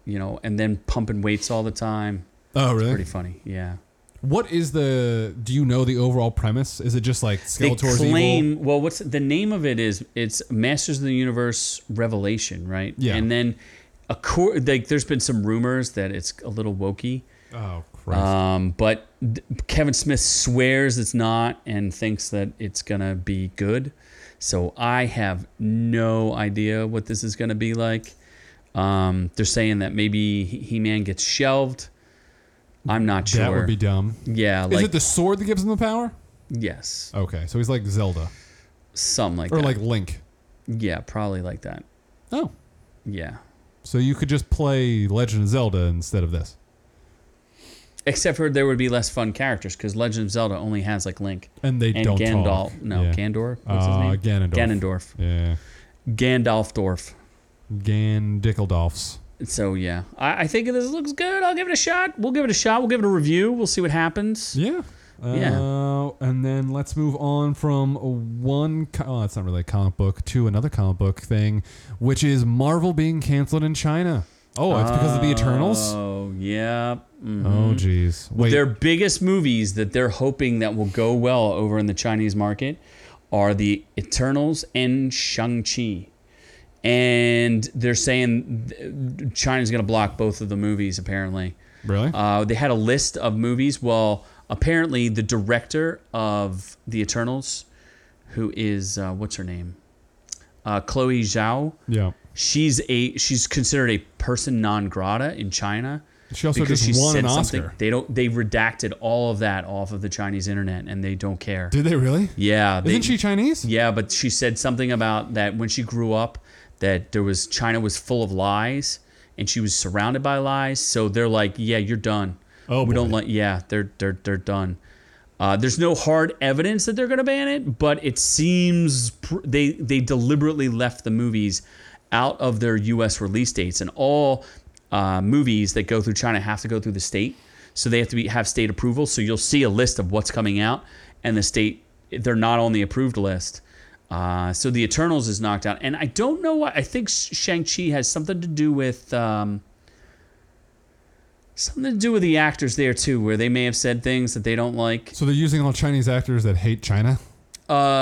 S1: you know, and then pumping weights all the time.
S2: Oh really?
S1: Pretty funny, yeah.
S2: What is the? Do you know the overall premise? Is it just like
S1: They
S2: Skeletor's
S1: claim
S2: evil?
S1: well, what's the name of it is it's Masters of the Universe Revelation, right?
S2: Yeah.
S1: And then, a cor- like, there's been some rumors that it's a little wokey,
S2: Oh Christ!
S1: um, but th- Kevin Smith swears it's not and thinks that it's gonna be good. So I have no idea what this is gonna be like. Um, they're saying that maybe He Man gets shelved. I'm not sure.
S2: that would be dumb.
S1: yeah,
S2: Is
S1: like
S2: it the sword that gives him the power?
S1: yes,
S2: Okay, so he's like Zelda
S1: something like
S2: or
S1: that.
S2: like Link.
S1: yeah, probably like that.
S2: Oh,
S1: Yeah.
S2: so you could just play Legend of Zelda instead of this,
S1: Except for there would be less fun characters because Legend of Zelda only has like Link
S2: and they
S1: and
S2: don't
S1: Gandalf.
S2: talk.
S1: No,
S2: yeah.
S1: Gandor. What's his
S2: Uh,
S1: name?
S2: Ganondorf.
S1: Ganondorf.
S2: Yeah,
S1: Gandalfdorf.
S2: Gan Dickeldolfs.
S1: So yeah, I, I think this looks good. I'll give it a shot. We'll give it a shot. We'll give it a review. We'll see what happens.
S2: Yeah. Uh,
S1: Yeah.
S2: And then let's move on from one. Co- oh, that's not really a comic book to another comic book thing, which is Marvel being canceled in China. Oh, it's because of the Eternals.
S1: Oh yeah. Mm.
S2: Oh, jeez. Wait.
S1: Their biggest movies that they're hoping that will go well over in the Chinese market are the Eternals and Shang-Chi. And they're saying th- China's going to block both of the movies, apparently.
S2: really?
S1: Uh, they had a list of movies. Well, apparently, the director of The Eternals, who is, uh, what's her name? Uh, Chloe Zhao.
S2: yeah.
S1: She's a she's considered a person non grata in China
S2: She also just won an Oscar.
S1: They don't. They redacted all of that off of the Chinese internet, and they don't care.
S2: Did they really?
S1: yeah, they,
S2: Isn't she Chinese?
S1: Yeah, but she said something about that when she grew up, that there was China was full of lies, and she was surrounded by lies. So they're like, yeah, you're done.
S2: Oh,
S1: we don't
S2: boy.
S1: like. Yeah, they're they're they're done. Uh, there's no hard evidence that they're going to ban it, but it seems pr- they they deliberately left the movies out of their U.S. release dates, and all uh, movies that go through China have to go through the state, so they have to be, have state approval. So you'll see a list of what's coming out, and the state they're not on the approved list. Uh, so the Eternals is knocked out, and I don't know why. I think Shang Chi has something to do with. Um, Something to do with the actors there too, where they may have said things that they don't like.
S2: So they're using all Chinese actors that hate China.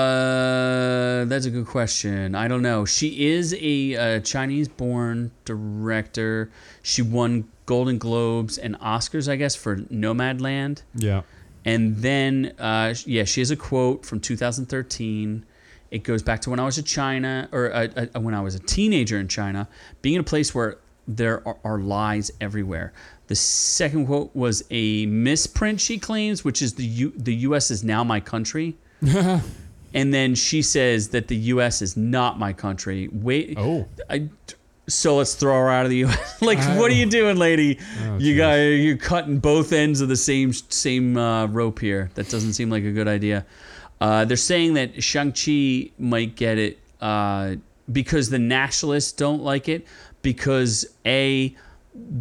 S1: Uh, that's a good question. I don't know. She is a, uh Chinese-born director. She won Golden Globes and Oscars, I guess, for Nomadland.
S2: Yeah.
S1: And then, uh, yeah, she has a quote from 2013. It goes back to when I was a China, or uh, uh, when I was a teenager in China, being in a place where there are, are lies everywhere. The second quote was a misprint she claims, which is the U- the U.S. is now my country. and then she says that the U.S. is not my country. Wait,
S2: Oh.
S1: I, so let's throw her out of the U.S. like, what are you doing, lady? you
S2: geez.
S1: got you're cutting both ends of the same same uh, rope here. That doesn't seem like a good idea. Uh, they're saying that Shang Chi might get it uh, because the nationalists don't like it because a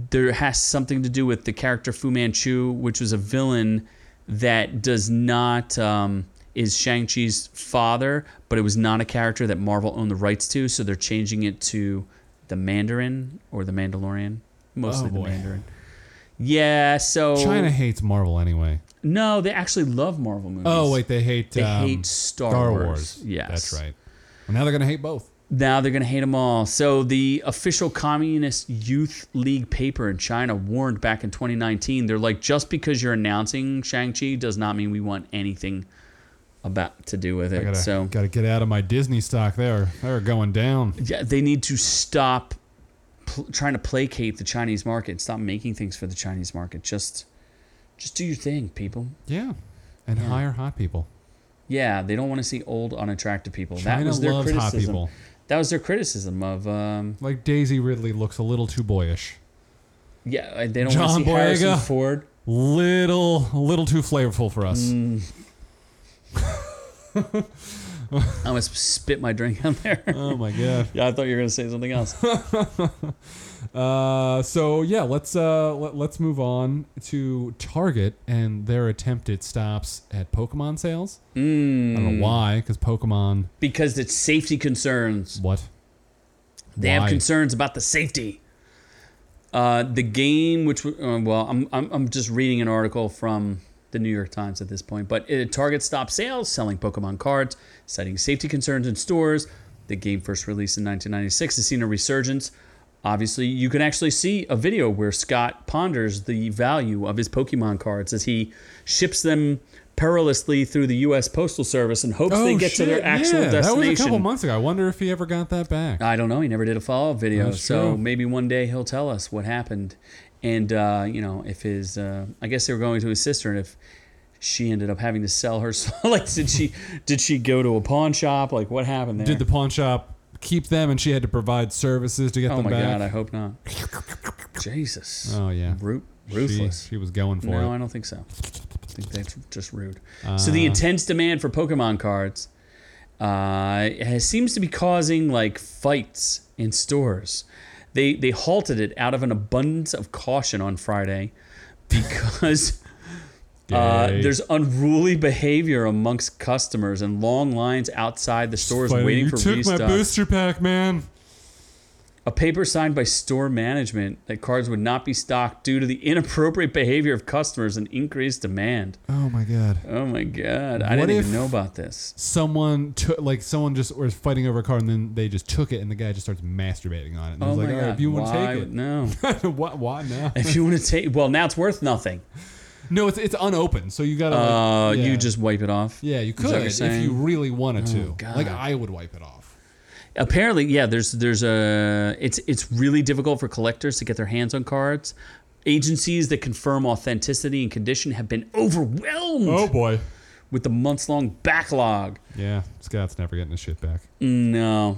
S1: there has something to do with the character Fu Manchu, which was a villain that does not um, is Shang Chi's father, but it was not a character that Marvel owned the rights to, so they're changing it to the Mandarin or the Mandalorian, mostly
S2: Oh,
S1: the
S2: boy.
S1: Mandarin. Yeah, so
S2: China hates Marvel anyway.
S1: No, they actually love Marvel movies.
S2: Oh wait, they hate
S1: They
S2: um,
S1: hate Star Wars. Yes.
S2: that's right. And now they're gonna hate both.
S1: Now they're going to hate them all. So, the official Communist Youth League paper in China warned back in 2019 they're like, just because you're announcing Shang-Chi does not mean we want anything about to do with it.
S2: I gotta
S1: so,
S2: gotta get out of my Disney stock. There, they're going down.
S1: yeah, they need to stop pl- trying to placate the Chinese market, stop making things for the Chinese market. Just. Just do your thing, people.
S2: Yeah, and hire hot people.
S1: Yeah, they don't want to see old, unattractive people.
S2: China
S1: that was their
S2: loves hot
S1: criticism.
S2: people.
S1: That was their criticism of um,
S2: Like Daisy Ridley looks a little too boyish,
S1: yeah. uh, They don't
S2: John
S1: want to see Harrison
S2: Boyega.
S1: Ford.
S2: little a little too flavorful for us.
S1: Mm. I almost spit my drink on there.
S2: Oh my god.
S1: yeah, I thought you were gonna say something else.
S2: Uh, so yeah, let's uh let, let's move on to Target and their attempt at stops at Pokemon sales. I
S1: Mm.
S2: don't know why, because Pokemon.
S1: because it's safety concerns.
S2: What?
S1: They have
S2: Why?
S1: concerns about the safety. Uh, the game, which w- uh, well, I'm, I'm I'm just reading an article from the New York Times at this point, but it, Target stopped sales selling Pokemon cards, citing safety concerns in stores. The game first released in 1996 has seen a resurgence. Obviously, you can actually see a video where Scott ponders the value of his Pokemon cards as he ships them perilously through the U.S. Postal Service and hopes they get to their actual
S2: Oh, yeah,
S1: destination.
S2: That was a couple months ago. I wonder if he ever got that back.
S1: I don't know. He never did a follow up video,
S2: That's
S1: so
S2: true.
S1: maybe one day he'll tell us what happened. And uh, you know, if his, uh, I guess they were going to his sister, and if she ended up having to sell her, like, did she, did she go to a pawn shop? Like, what happened there?
S2: Did the pawn shop keep them, and she had to provide services to get
S1: oh
S2: them
S1: my
S2: back?
S1: god, I hope not. Jesus.
S2: Oh, yeah.
S1: Ru-
S2: She-
S1: ruthless.
S2: She, was going for
S1: No, I
S2: it.
S1: don't think
S5: Uh.
S1: so. I think that's just rude. so the intense demand for Pokemon cards Uh, it seems to be causing like fights in stores. They they halted it out of an abundance of caution on Friday because uh,
S5: Yay.
S1: there's unruly behavior amongst customers and long lines outside the stores
S5: Spider,
S1: waiting
S5: you
S1: for
S5: took
S1: restock.
S5: my booster pack, man.
S1: A paper signed by store management that cards would not be stocked due to the inappropriate behavior of customers and increased demand.
S5: Oh my god.
S1: Oh my god, I
S2: What
S1: didn't
S2: if-
S1: even know about this.
S2: Someone took like someone just was fighting over a card and then they just took it and the guy just starts masturbating on it. And I
S1: Oh
S2: was
S1: my
S2: like,
S1: god,
S2: all right, if you want
S1: why
S2: to
S1: would- no.
S2: take it, why, why now?
S1: if you want to take, well, now it's worth nothing.
S2: No, it's it's unopened, so you gotta.
S1: Uh,
S2: like, yeah.
S1: you just wipe it off.
S2: yeah, you
S1: Is that what
S2: could
S1: you're
S2: if you
S1: saying? Oh
S2: really wanted to.
S1: God.
S2: Like I would wipe it off.
S1: Apparently, yeah. There's there's a it's it's really difficult for collectors to get their hands on cards. Agencies that confirm authenticity and condition have been overwhelmed
S5: Oh
S2: boy.
S1: with the months long backlog.
S2: Yeah, Scott's never getting his shit back.
S1: No.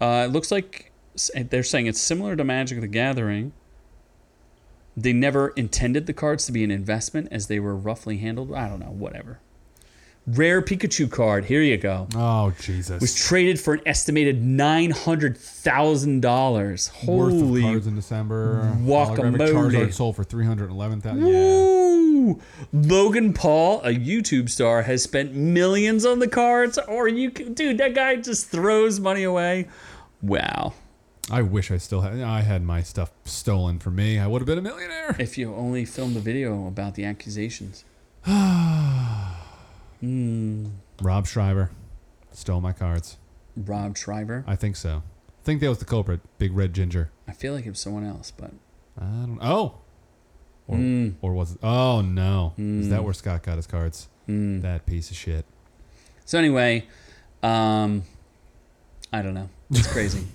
S1: Uh, it looks like s- eh, they're saying it's similar to Magic the Gathering. They never intended the cards to be an investment as they were roughly handled. I don't know, whatever. Rare Pikachu card. Here you go.
S2: Oh Jesus.
S1: was traded for an estimated nine hundred thousand dollars.
S2: worth
S1: Holy
S2: of cards in December.
S1: guacamole.
S2: Holographic Charizard sold for three hundred eleven thousand. Yeah.
S1: Ooh. Logan Paul, a YouTube star, has spent millions on the cards. Or you, can, dude, that guy just throws money away. Wow.
S2: I wish I still had. I had my stuff stolen from me. I would have been a millionaire.
S1: If you only filmed the video about the accusations.
S2: Rob Schreiber stole my cards.
S1: Rob Shriver.
S2: I think so. I think that was the culprit. Big Red Ginger.
S1: I feel like it was someone else, but
S2: I don't. Oh. Or,
S1: Hmm.
S2: or was it? Oh no! Is that where Scott got his cards?
S1: Hmm.
S2: That piece of shit.
S1: so anyway, um, I don't know. It's crazy.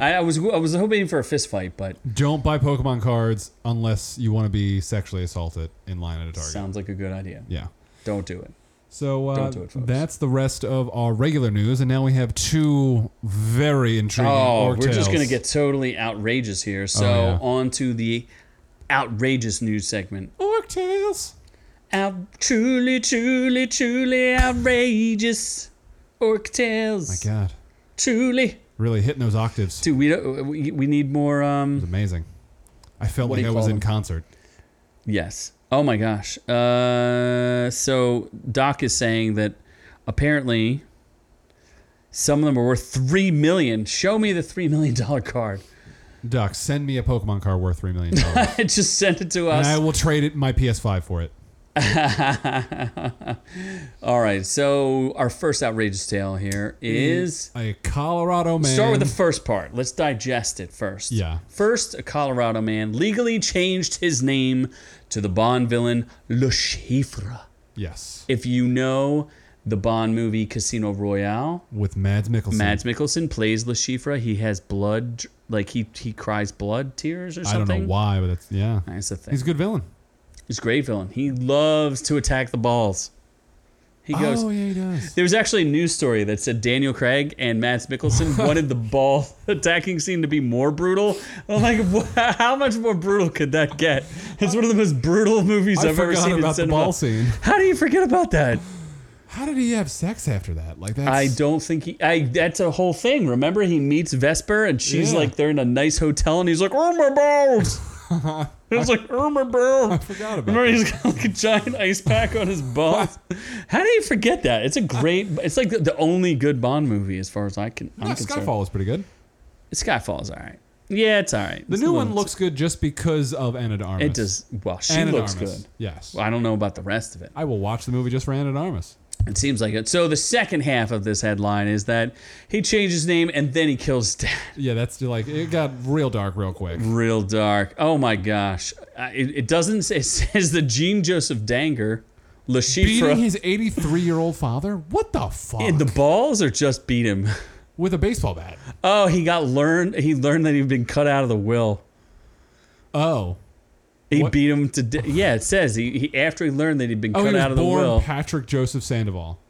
S1: I, I was I was hoping for a fist fight, but
S2: Don't buy Pokemon cards unless you want to be sexually assaulted in line at a Target.
S1: sounds like a good idea.
S2: yeah.
S1: Don't do it.
S2: So uh,
S1: Don't do it, folks.
S2: that's the rest of our regular news, and now we have two very intriguing.
S1: Oh,
S2: org
S1: we're just
S2: tales.
S1: going to get totally outrageous here. So,
S2: Oh, yeah.
S1: on to the outrageous news segment.
S2: orc tales.
S1: Out, truly, truly, truly outrageous orc
S2: My
S1: tales.
S2: God,
S1: Truly.
S2: really hitting those octaves. It
S1: Dude, we, don't, we, we need more.
S2: was
S1: Um,
S2: amazing. I felt
S1: What do
S2: like I
S1: you
S2: was
S1: call
S2: in
S1: them?
S2: concert.
S1: yes. Oh my gosh. Uh, so, Doc is saying that apparently some of them are worth $3 million. Show me the $3 million card.
S2: Doc, send me a Pokemon card worth three million dollars,
S1: Just send it to us.
S2: and I will trade it my PS5 for it.
S1: All right, so our first outrageous tale here
S2: Mm-hmm.
S1: is
S2: A Colorado man.
S1: start with the first part. Let's digest it first.
S2: Yeah.
S1: First, a Colorado man legally changed his name to the Bond villain Le Chiffre.
S2: yes,
S1: If you know the Bond movie Casino Royale,
S2: with Mads Mikkelsen.
S1: Mads Mikkelsen plays Le Chiffre. He has blood, like he he cries blood tears or
S2: I don't
S1: something.
S2: know why, but that's yeah.
S1: That's the thing.
S2: He's a good villain.
S1: He's a great villain. He loves to attack the balls. He goes.
S2: Oh yeah, he does.
S1: There was actually a news story that said Daniel Craig and Mads Mikkelsen wanted the ball attacking scene to be more brutal. I'm like, wha- how much more brutal could that get? It's one of the most brutal movies
S2: I
S1: I've ever
S2: forgot
S1: seen in
S2: about the
S1: cinema.
S2: ball scene.
S1: How do you forget about that?
S2: How did he have sex after that? Like that's
S1: I don't think he. I that's a whole thing. Remember, he meets Vesper and she's
S2: Yeah.
S1: like, they're in a nice hotel, and he's like, oh my balls. It's like, oh my balls.
S2: forgot about.
S1: Remember, he's got like a giant ice pack on his balls. How do you forget that? It's a great. It's like the, the only good Bond movie, as far as I can. I'm
S2: Yeah,
S1: concerned.
S2: Skyfall is pretty good.
S1: Skyfall's all right. Yeah, it's all right.
S2: The new one looks good just because of Anna de Armas.
S1: It does. Well, she
S2: Anna de
S1: looks
S2: Armas.
S1: good.
S2: Yes.
S1: Well, I don't know about the rest of it.
S2: I will watch the movie just for Anna de Armas.
S1: It seems like it. So the second half of this headline is that he changed his name and then he kills his dad.
S2: Yeah, that's like it got real dark real quick.
S1: Real dark. Oh my gosh. Uh, It, it doesn't say. It says the Gene Joseph Danger, Le Chiffre.
S2: Beating his 83 year old father? What the fuck?
S1: in the balls or just beat him?
S2: With a baseball bat.
S1: Oh, he got learned. He learned that he'd been cut out of the will.
S2: Oh.
S1: He
S2: What?
S1: beat him to. De- yeah, it says he, he after he learned that he'd been
S2: Oh,
S1: cut
S2: he was
S1: out of the
S2: born
S1: will,
S2: Patrick Joseph Sandoval.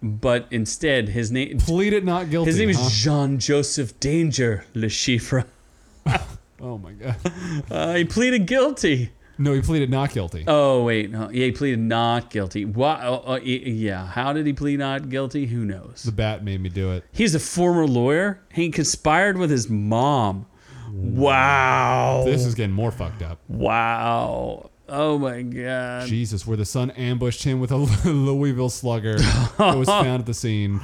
S1: but instead his name
S2: Pleaded not guilty.
S1: his name is
S2: huh?
S1: Jean Joseph Danger Le Chiffre.
S2: Oh my god.
S1: Uh, he pleaded guilty.
S2: No, he pleaded not guilty.
S1: Oh wait, no. yeah, he pleaded not guilty. Why? oh, oh, y- yeah, how did he plead not guilty? Who knows?
S2: the bat made me do it.
S1: He's a former lawyer. He conspired with his mom. Wow.
S2: This is getting more fucked up.
S1: wow. Oh my god.
S2: Jesus, where the son ambushed him with a Louisville slugger that was found at the scene.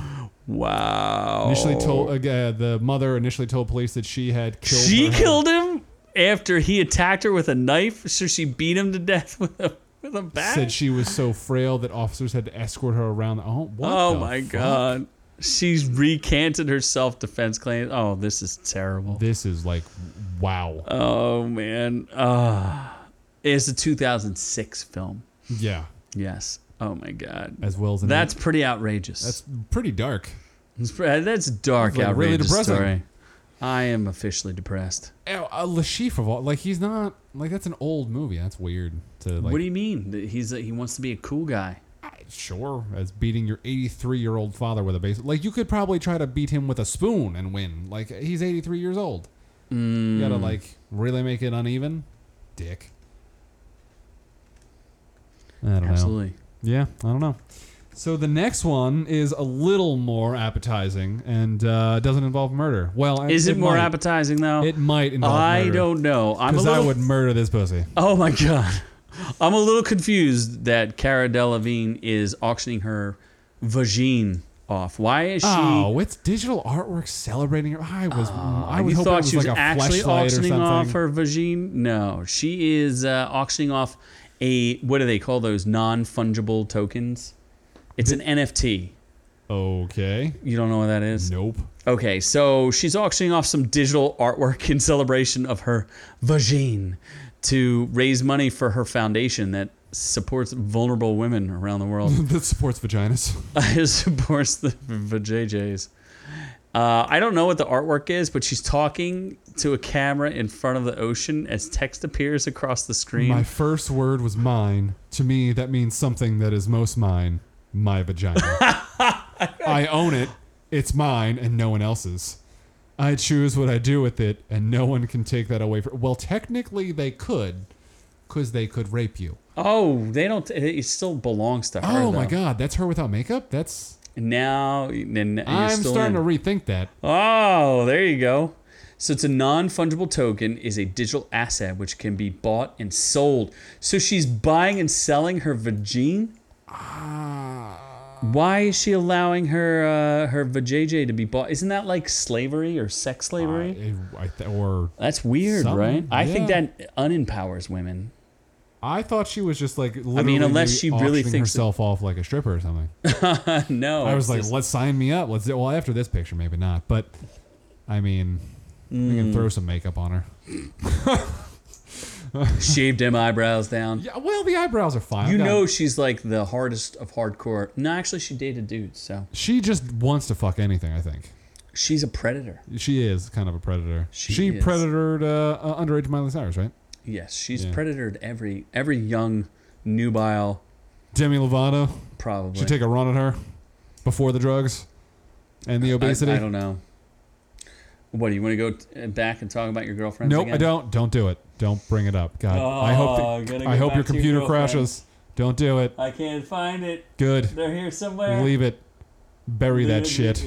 S1: Wow.
S2: Initially told uh, the mother initially told police that she had killed.
S1: She
S2: her
S1: killed him after he attacked her with a knife, so she beat him to death with a with a bat.
S2: Said she was so frail that officers had to escort her around. The, oh, what
S1: oh
S2: the
S1: my
S2: fuck?
S1: god. She's recanted her self defense claim. Oh, this is terrible.
S2: This is like, wow.
S1: oh man. Uh, it's a 2006 film.
S2: yeah,
S1: Yes. Oh my god.
S2: as well as an
S1: That's pretty outrageous.
S2: that's pretty dark.
S1: That's, that's a dark,
S2: Like, really
S1: outrageous
S2: depressing.
S1: story. I am officially depressed.
S2: Ow, Uh, Lashif of all, like he's not like that's an old movie. That's weird to like.
S1: what do you mean? That He's a, he wants to be a cool guy.
S2: sure as beating your 83 year old father with a base like you could probably try to beat him with a spoon and win like he's 83 years old you
S1: Mm.
S2: gotta like really make it uneven dick i don't know
S1: Absolutely.
S2: yeah i don't know so the next one is a little more appetizing and uh, doesn't involve murder well
S1: Is it, more
S2: might.
S1: appetizing though?
S2: it might involve
S1: I
S2: murder.
S1: don't know. I'm a
S2: because
S1: little,
S2: i would murder this pussy
S1: Oh my god. I'm a little confused that Cara Delevingne is auctioning her vagine off. Why is she?
S2: Oh, it's digital artwork celebrating her. I was, I was
S1: Oh, you
S2: hoping it
S1: thought
S2: was
S1: she was
S2: like a
S1: actually
S2: fleshlight or
S1: auctioning off
S2: something.
S1: her vagine? No, she is uh, auctioning off a what do they call those non-fungible tokens? It's an NFT.
S2: Okay.
S1: You don't know what that is?
S2: Nope.
S1: Okay, so she's auctioning off some digital artwork in celebration of her vagine to raise money for her foundation that supports vulnerable women around the world.
S2: that supports vaginas.
S1: It supports the vajayjays. Uh, I don't know what the artwork is, but she's talking to a camera in front of the ocean as text appears across the screen.
S2: My first word was mine. To me, that means something that is most mine my vagina. I own it, it's mine, and no one else's. I choose what I do with it, and no one can take that away from Well, technically, they could, because they could rape you.
S1: oh, they don't. It still belongs to her.
S2: Oh my
S1: though.
S2: god, that's her without makeup? That's.
S1: Now, then you're
S2: I'm
S1: still
S2: starting
S1: in.
S2: to rethink that.
S1: Oh, there you go. So it's a non-fungible token is a digital asset which can be bought and sold. So she's buying and selling her vagine.
S2: Ah.
S1: Why is she allowing her uh, her vajayjay to be bought? Isn't that like slavery or sex slavery?
S2: Uh, I, I th- or
S1: That's weird,
S2: Something,
S1: right? I think
S2: yeah.
S1: that unempowers women.
S2: I thought she was just like literally
S1: unless she really
S2: auctioning
S1: thinks that-
S2: herself off like a stripper or something.
S1: no,
S2: I
S1: it's
S2: was like,
S1: just-
S2: let's sign me up. Let's do, well after this picture, maybe not. But I mean, we can
S1: Mm.
S2: throw some makeup on her.
S1: shaved them eyebrows down.
S2: Yeah, well, the eyebrows are fine.
S1: you
S2: I've got-
S1: know she's like the hardest of hardcore. No, actually, she dated dudes, so
S2: she just wants to fuck anything. I think
S1: she's a predator.
S2: she is kind of a predator.
S1: She
S2: She,
S1: is.
S2: predatored uh, uh, underage Miley Cyrus, right?
S1: Yes, she's
S2: Yeah.
S1: predatored every every young nubile
S2: Demi Lovato.
S1: probably.
S2: Should take a run at her before the drugs and the obesity.
S1: I, I don't know. What do you want to go t- uh, back and talk about your girlfriend?
S2: Nope, I don't. Don't do it. Don't bring it up. God, I hope.
S1: Oh,
S2: that-
S1: gotta
S2: I
S1: go back
S2: hope your
S1: to your
S2: computer
S1: girlfriend.
S2: crashes. Don't do it.
S1: I can't find it.
S2: Good.
S1: They're here somewhere.
S2: Leave it. Bury that shit.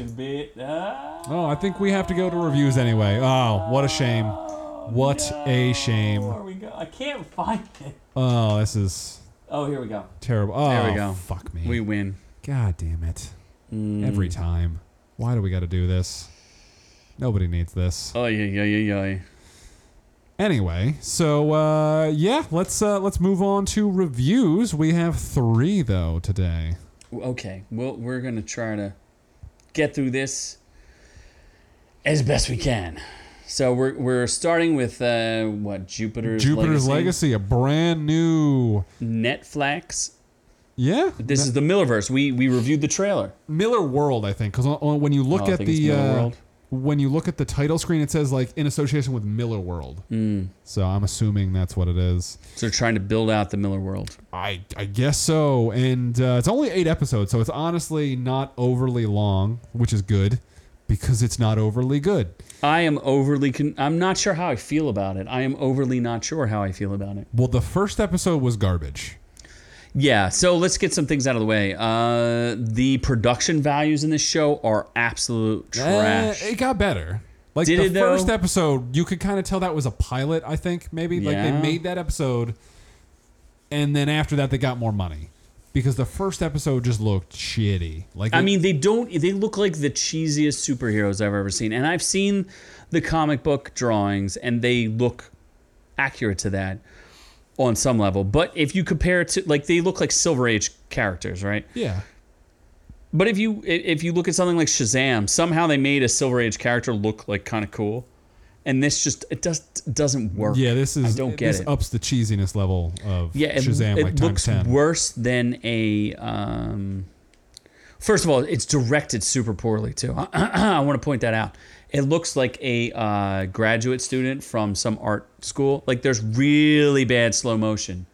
S1: ah,
S2: Oh, I think we have to go to reviews anyway. Oh, what a shame. What a shame.
S1: we go? I can't find it.
S2: Oh, this is
S1: Oh, here we go.
S2: terrible. Oh,
S1: There we go.
S2: fuck me.
S1: We Mm. win.
S2: God damn it. Every time. Why do we got to do this? Nobody needs this.
S1: Oh yeah yeah yeah yeah.
S2: Anyway, so uh, yeah, let's uh, let's move on to reviews. We have three though today.
S1: Okay, well we're gonna try to get through this as best we can. So we're we're starting with uh, what Jupiter's
S2: Jupiter's Legacy, a brand new.
S1: Netflix.
S2: Yeah,
S1: This is the Millerverse. We we reviewed the trailer.
S2: Miller World, I think, because when you
S1: Oh,
S2: look
S1: I
S2: at
S1: think it's
S2: the
S1: Miller
S2: uh,
S1: World.
S2: when you look at the title screen, it says like in association with Miller World.
S1: Hmm.
S2: So I'm assuming that's what it is.
S1: So they're trying to build out the Miller world.
S2: I I guess so. And uh, it's only eight episodes, so it's honestly not overly long, which is good. because it's not overly good.
S1: I am overly. Con- I'm not sure how I feel about it. I am overly not sure how I feel about it.
S2: Well, the first episode was garbage.
S1: Yeah. So let's get some things out of the way. Uh, the production values in this show are absolute trash.
S2: Eh, it got better. Like
S1: Did
S2: the
S1: it, though?
S2: first episode, you could kind of tell that was a pilot, I think, maybe. Like they
S1: Yeah.
S2: made that episode and then after that they got more money. Because the first episode just looked shitty. Like
S1: I
S2: it-
S1: mean, they don't. They look like the cheesiest superheroes I've ever seen, and I've seen the comic book drawings, and they look accurate to that on some level. But if you compare it to, like, they look like Silver Age characters, right?
S2: Yeah.
S1: But if you i- if you look at something like Shazam, somehow they made a Silver Age character look like kind of cool, and this just it just doesn't work.
S2: Yeah, this is
S1: I don't get
S2: this
S1: it.
S2: ups the cheesiness level of
S1: yeah, it,
S2: Shazam
S1: it
S2: like
S1: looks
S2: times ten.
S1: worse than a. Um, first of all, it's directed super poorly too. I want to point that out. It looks like a uh, graduate student from some art school. Like there's really bad slow motion,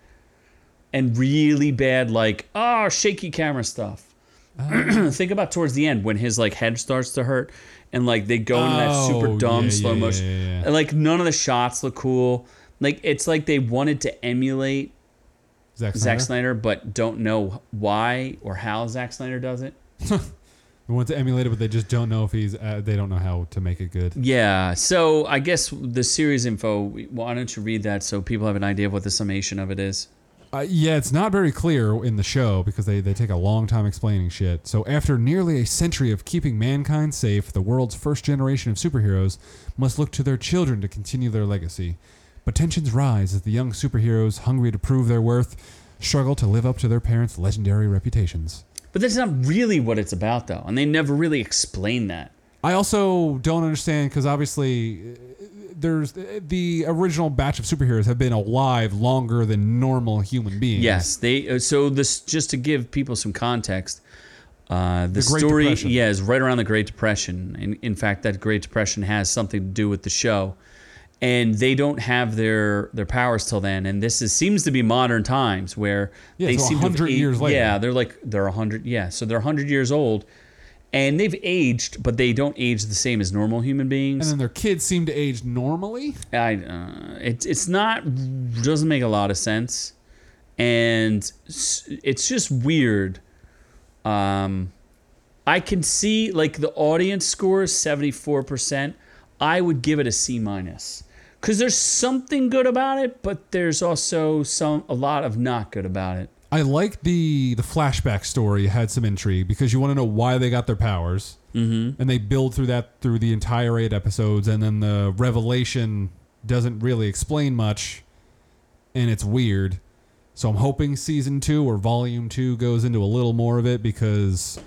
S1: and really bad like oh shaky camera stuff.
S2: Ah.
S1: Think about towards the end when his like head starts to hurt, and like they go into that
S2: Oh,
S1: super dumb
S2: yeah,
S1: slow
S2: yeah,
S1: motion.
S2: yeah, yeah, yeah.
S1: And, like none of the shots look cool. Like it's like they wanted to emulate
S2: Zack
S1: Zack
S2: Snyder?
S1: Snyder, but don't know why or how Zack Snyder does it.
S2: They want to emulate it, but they just don't know if he's. Uh, they don't know how to make it good.
S1: Yeah. So I guess the series info. Why don't you read that so people have an idea of what the summation of it is?
S2: Uh, yeah, it's not very clear in the show because they, they take a long time explaining shit. So, after nearly a century of keeping mankind safe, the world's first generation of superheroes must look to their children to continue their legacy. But tensions rise as the young superheroes, hungry to prove their worth, struggle to live up to their parents' legendary reputations.
S1: But that's not really what it's about, though, and they never really explain that.
S2: I also don't understand because obviously uh, there's uh, the original batch of superheroes have been alive longer than normal human beings.
S1: Yes, they. uh, So this just to give people some context. Uh, the,
S2: Great
S1: story,
S2: Depression.
S1: yeah, is right around the Great Depression, and in fact, that Great Depression has something to do with the show. And they don't have their their powers till then, and this is, seems to be modern times where
S2: Yeah,
S1: they
S2: so
S1: seem to have
S2: 100
S1: a-
S2: years later.
S1: Yeah, they're like they're hundred. Yeah, so they're hundred years old, and they've aged, but they don't age the same as normal human beings.
S2: And then their kids seem to age normally.
S1: I uh, it, it's not doesn't make a lot of sense, and s- it's just weird. Um, I can see like the audience score is seventy four percent. I would give it a C minus because there's something good about it, but there's also some a lot of not good about it.
S2: I like the the flashback story had some intrigue because you want to know why they got their powers, mm-hmm. and they build through that through the entire eight episodes, and then the revelation doesn't really explain much, and it's weird. So I'm hoping season two or volume two goes into a little more of it because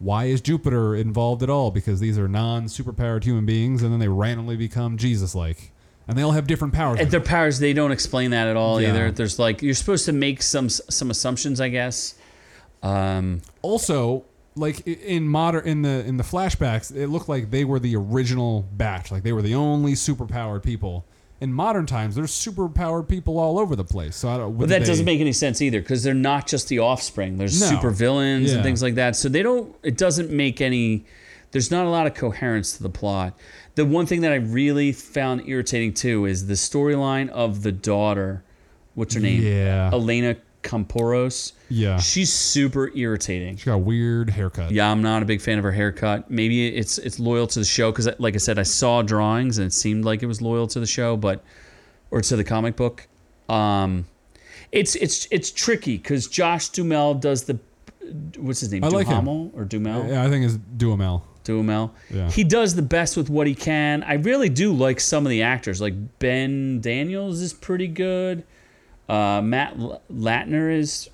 S2: why is Jupiter involved at all? Because these are non superpowered human beings, and then they randomly become Jesus like, and they all have different powers.
S1: At their powers, they don't explain that at all
S2: Yeah.
S1: either. There's like you're supposed to make some some assumptions, I guess. Um,
S2: also like i- in modern in the in the flashbacks it looked like they were the original batch like they were the only superpowered people in modern times there's superpowered people all over the place so i don't
S1: But that doesn't make any sense either because they're not just the offspring. There's
S2: No.
S1: super villains
S2: Yeah.
S1: and things like that. So they don't, it doesn't make any, there's not a lot of coherence to the plot. The one thing that I really found irritating too is the storyline of the daughter. What's her name?
S2: Yeah.
S1: Elena Camporos.
S2: Yeah.
S1: She's super irritating.
S2: she got a weird haircut
S1: Yeah, I'm not a big fan of her haircut. Maybe it's it's loyal to the show because, like I said, I saw drawings and it seemed like it was loyal to the show, but or to the comic book. Um, it's it's it's tricky because Josh Dumel does the what's his name
S2: I like him.
S1: Duhamel or Dumel
S2: Yeah, i think it's duhamel
S1: Duhamel.
S2: Yeah.
S1: He does the best with what he can. I really do like some of the actors. Like Ben Daniels is pretty good. Uh, Matt L- Latner is.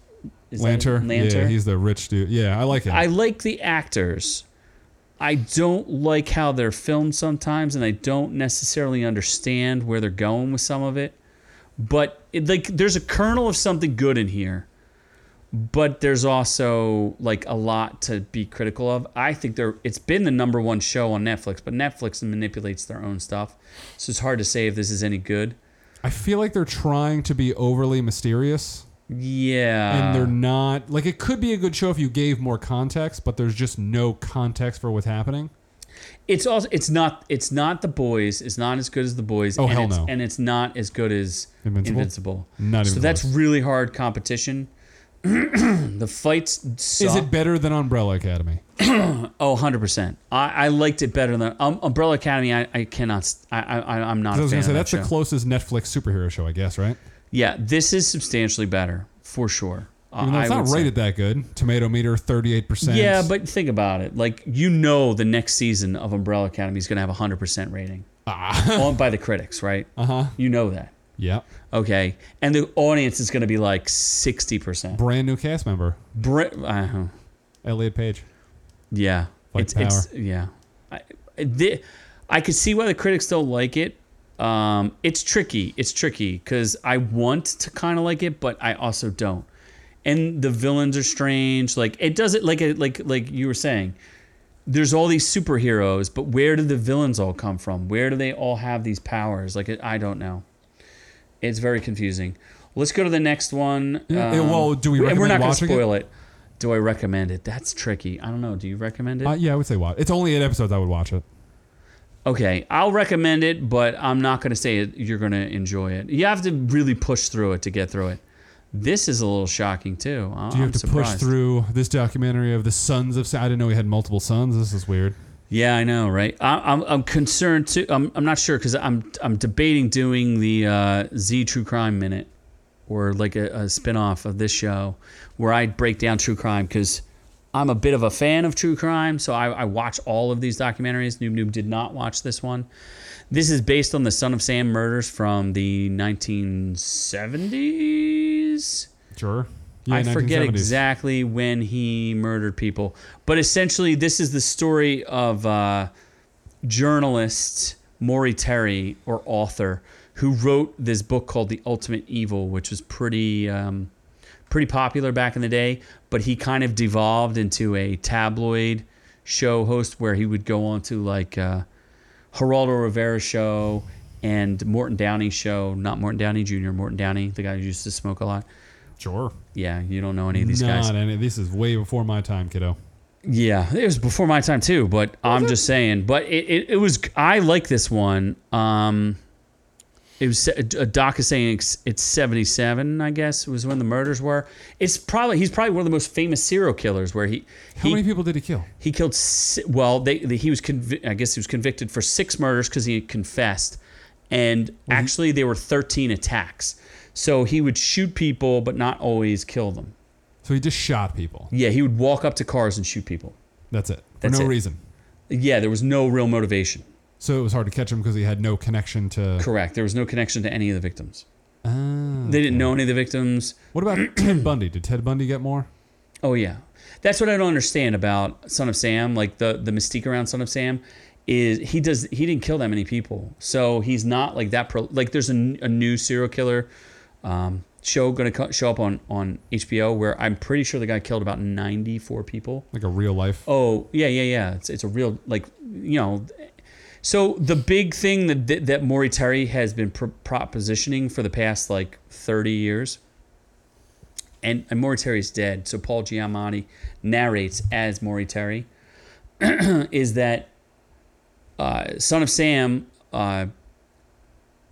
S1: is that-
S2: lanter yeah he's the rich dude yeah i like it
S1: I like the actors. I don't like how they're filmed sometimes, and I don't necessarily understand where they're going with some of it. But it, like, there's a kernel of something good in here, but there's also like a lot to be critical of. I think they're it's been the number one show on Netflix, but Netflix manipulates their own stuff, so it's hard to say if this is any good.
S2: i feel like they're trying to be overly mysterious
S1: Yeah,
S2: and
S1: Ah.
S2: they're not like it could be a good show if you gave more context but there's just no context for what's happening
S1: It's also it's not it's not the boys. It's not as good as the boys.
S6: Oh,
S1: and
S6: hell
S1: it's,
S6: no.
S1: And it's not as good as
S6: Invincible?
S1: Invincible.
S6: Not
S1: so
S6: even
S1: that's
S6: close.
S1: really hard competition. the fights suck.
S6: Is it better than Umbrella Academy?
S1: Oh, 100%. I, I liked it better than um, Umbrella Academy. I, I cannot, st- I, I, I'm not
S6: I
S1: a
S6: was
S1: fan
S6: gonna say
S1: of that
S6: that's the
S1: show.
S6: closest Netflix superhero show, I guess, right?
S1: yeah, this is substantially better for sure. Uh,
S6: Even though it's
S1: I
S6: not
S1: would say.
S6: rated that good. Tomato meter, thirty-eight percent.
S1: Yeah, but think about it. Like, you know, the next season of Umbrella Academy is going to have a 100% rating
S6: Ah.
S1: on by the critics, right? Uh
S6: Uh-huh.
S1: huh. You know that.
S6: yeah,
S1: Okay. And the audience is going to be like 60%.
S6: brand new cast member,
S1: Br- uh,
S6: Elliot Page.
S1: yeah.
S6: Like
S1: it's, it's, yeah. I, the, I could see why the critics don't like it. Um, it's tricky. It's tricky because I want to kind of like it, but I also don't. And the villains are strange. Like it doesn't like it like like you were saying. There's all these superheroes, but where do the villains all come from? Where do they all have these powers? Like it, I don't know. It's very confusing. Let's go to the next one.
S6: Yeah, eh, well, do we
S1: And we're
S6: recommend
S1: not gonna
S6: watching it?
S1: spoil it? Do I recommend it? That's tricky. I don't know. Do you recommend it?
S6: Uh, yeah, I would say watch. It's only eight episodes. I would watch it.
S1: Okay, I'll recommend it, but I'm not going to say it, you're going to enjoy it. You have to really push through it to get through it. This is a little shocking too. I-
S6: Do you
S1: I'm
S6: have to
S1: surprised.
S6: push through this documentary of the sons of? Sa- I didn't know he had multiple sons. This is weird.
S1: Yeah, I know, right? I, I'm, I'm concerned too. I'm, I'm not sure because I'm I'm debating doing the uh, Z True Crime Minute or like a, a spin off of this show where I break down true crime because I'm a bit of a fan of true crime. So I, I watch all of these documentaries. Noob Noob did not watch this one. This is based on the Son of Sam murders from the 1970s.
S6: Sure. Yeah,
S1: I forget
S6: 1970s.
S1: exactly when he murdered people, but essentially, this is the story of uh, journalist Maury Terry or author who wrote this book called The Ultimate Evil, which was pretty um, pretty popular back in the day. But he kind of devolved into a tabloid show host where he would go on to like. Uh, Geraldo Rivera show and Morton Downey show, not Morton Downey Jr., Morton Downey, the guy who used to smoke a lot.
S6: Sure.
S1: Yeah, you don't know any of these
S6: Not
S1: guys.
S6: any. This is way before my time, kiddo.
S1: Yeah, it was before my time too, but I'm just saying. But it, it, it was, I like this one. Um, it was, a doc is saying it's, it's 77, I guess, was when the murders were. It's probably, he's probably one of the most famous serial killers where he,
S6: How
S1: he
S6: many people did he kill?
S1: He killed. si- Well, they, they he was convi- I guess he was convicted for six murders because he confessed, and
S6: Mm-hmm.
S1: actually they were thirteen attacks. So he would shoot people, but not always kill them.
S6: So he just shot people.
S1: Yeah, he would walk up to cars and shoot people.
S6: That's it. For
S1: That's
S6: no
S1: it.
S6: reason.
S1: Yeah, there was no real motivation.
S6: So it was hard to catch him because he had no connection to.
S1: Correct. There was no connection to any of the victims.
S6: Ah.
S1: They didn't know any of the victims.
S6: What about Ted Bundy? Did Ted Bundy get more?
S1: Oh yeah, that's what I don't understand about Son of Sam. Like the the mystique around Son of Sam is he does he didn't kill that many people, so he's not like that. Pro, like there's a, n- a new serial killer um, show going to show up on on HBO where I'm pretty sure the guy killed about 94 people.
S6: Like a real life.
S1: Oh yeah yeah yeah, it's it's a real like you know. So the big thing that that, that Maury Terry has been pro- propositioning for the past like 30 years and, and Maury Terry's dead, so Paul Giamatti narrates as Maury Terry, is that uh, Son of Sam, uh,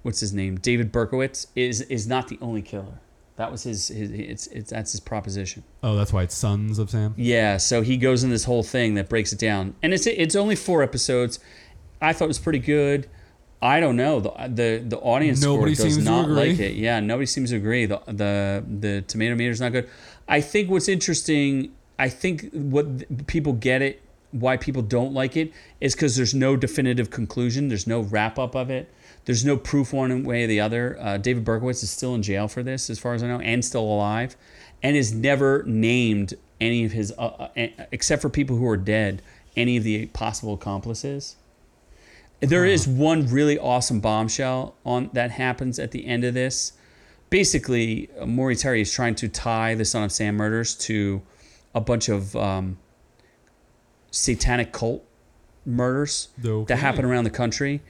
S1: what's his name, David Berkowitz, is is not the only killer. That was his, his it's, it's that's his proposition.
S6: Oh, that's why it's Sons of Sam.
S1: Yeah, so he goes in this whole thing that breaks it down, and it's it's only four episodes. I thought it was pretty good. I don't know the the the audience
S6: Nobody
S1: score does
S6: seems to
S1: not
S6: agree.
S1: like it. Yeah, nobody seems to agree. the the The tomato meter's not good. I think what's interesting. I think what th- people get it. Why people don't like it is because there's no definitive conclusion. There's no wrap up of it. There's no proof one way or the other. Uh, David Berkowitz is still in jail for this, as far as I know, and still alive, and is never named any of his, uh, uh, eh, except for people who are dead, any of the possible accomplices. There is one really awesome bombshell on that happens at the end of this. Basically, uh, Maury Terry is trying to tie the Son of Sam murders to a bunch of um, satanic cult murders
S6: Okay.
S1: that happen around the country,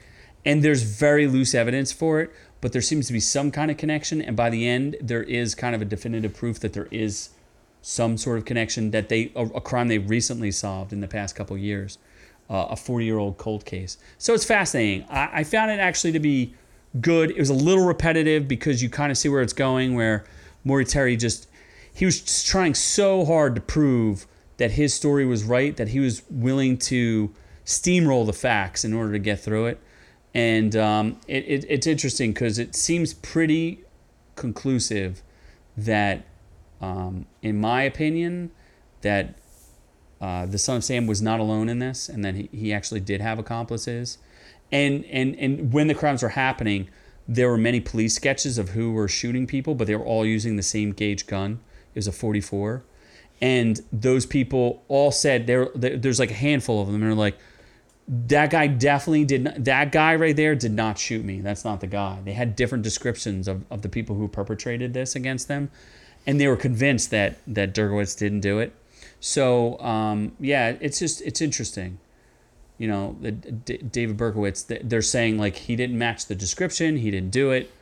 S1: and there's very loose evidence for it. But there seems to be some kind of connection, and by the end, there is kind of a definitive proof that there is some sort of connection that they a, a crime they recently solved in the past couple years uh, a 40 year old cold case. So it's fascinating. I, I found it actually to be good. It was a little repetitive because you kind of see where it's going, where Moriteri just, he was just trying so hard to prove that his story was right, that he was willing to steamroll the facts in order to get through it. And um, it, it, it's interesting because it seems pretty conclusive that, um, in my opinion, that uh, the son of Sam was not alone in this, and then he, he actually did have accomplices. And and and when the crimes were happening, there were many police sketches of who were shooting people, but they were all using the same gauge gun. It was a 44, and those people all said there. there- There's like a handful of them, and they're like, that guy definitely did not that guy right there did not shoot me that's not the guy they had different descriptions of, of the people who perpetrated this against them and they were convinced that that dergowitz didn't do it so um, yeah it's just it's interesting you know the, D- david berkowitz th- they're saying like he didn't match the description he didn't do it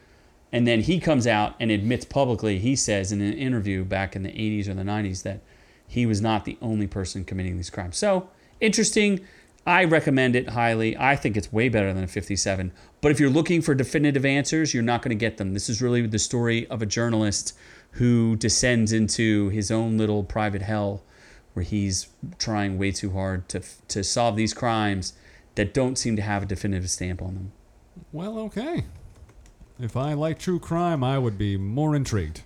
S1: and then he comes out and admits publicly he says in an interview back in the 80s or the 90s that he was not the only person committing these crimes so interesting i recommend it highly i think it's way better than a 57 but if you're looking for definitive answers you're not going to get them this is really the story of a journalist who descends into his own little private hell where he's trying way too hard to, to solve these crimes that don't seem to have a definitive stamp on them
S2: Well, okay. If I like true crime, I would be more intrigued.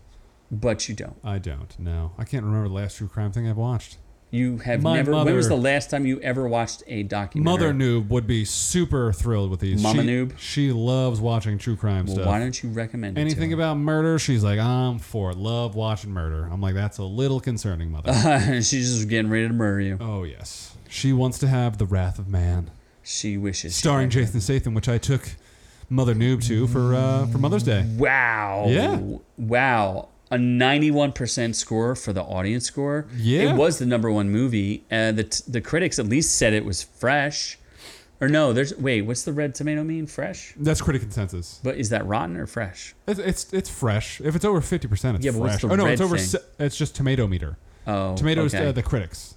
S1: but you don't
S2: I don't. No, I can't remember the last true crime thing I've watched.
S1: You have
S2: My
S1: never. When was the
S2: mother-
S1: last time you ever watched a documentary?
S2: Mother Noob would be super thrilled with these.
S1: Mama
S2: she,
S1: Noob?
S2: She loves watching true crime
S1: Well,
S2: stuff.
S1: why don't you recommend it to
S2: Anything
S1: her?
S2: about murder, she's like, I'm for it. Love watching murder. I'm like, that's a little concerning, mother.
S1: She's just getting ready to murder you.
S2: oh, yes. She wants to have The Wrath of Man,
S1: She wishes. she
S2: starring
S1: had-
S2: Jason Statham, which I took Mother Noob to for, uh, for Mother's Day.
S1: Wow.
S2: Yeah.
S1: Wow. A 91% score for the audience score.
S2: Yeah.
S1: It was the number one movie. Uh, the, t- the critics at least said it was fresh. Or no, there's. Wait, what's the red tomato mean? Fresh?
S2: That's critic consensus.
S1: But is that rotten or fresh?
S2: It's, it's, it's fresh. If it's over 50%, it's
S1: Yeah,
S2: fresh.
S1: but what's the
S2: oh, no,
S1: red
S2: it's over.
S1: thing?
S2: se- It's just tomato meter.
S1: Oh.
S2: Tomatoes,
S1: okay.
S2: uh, the critics.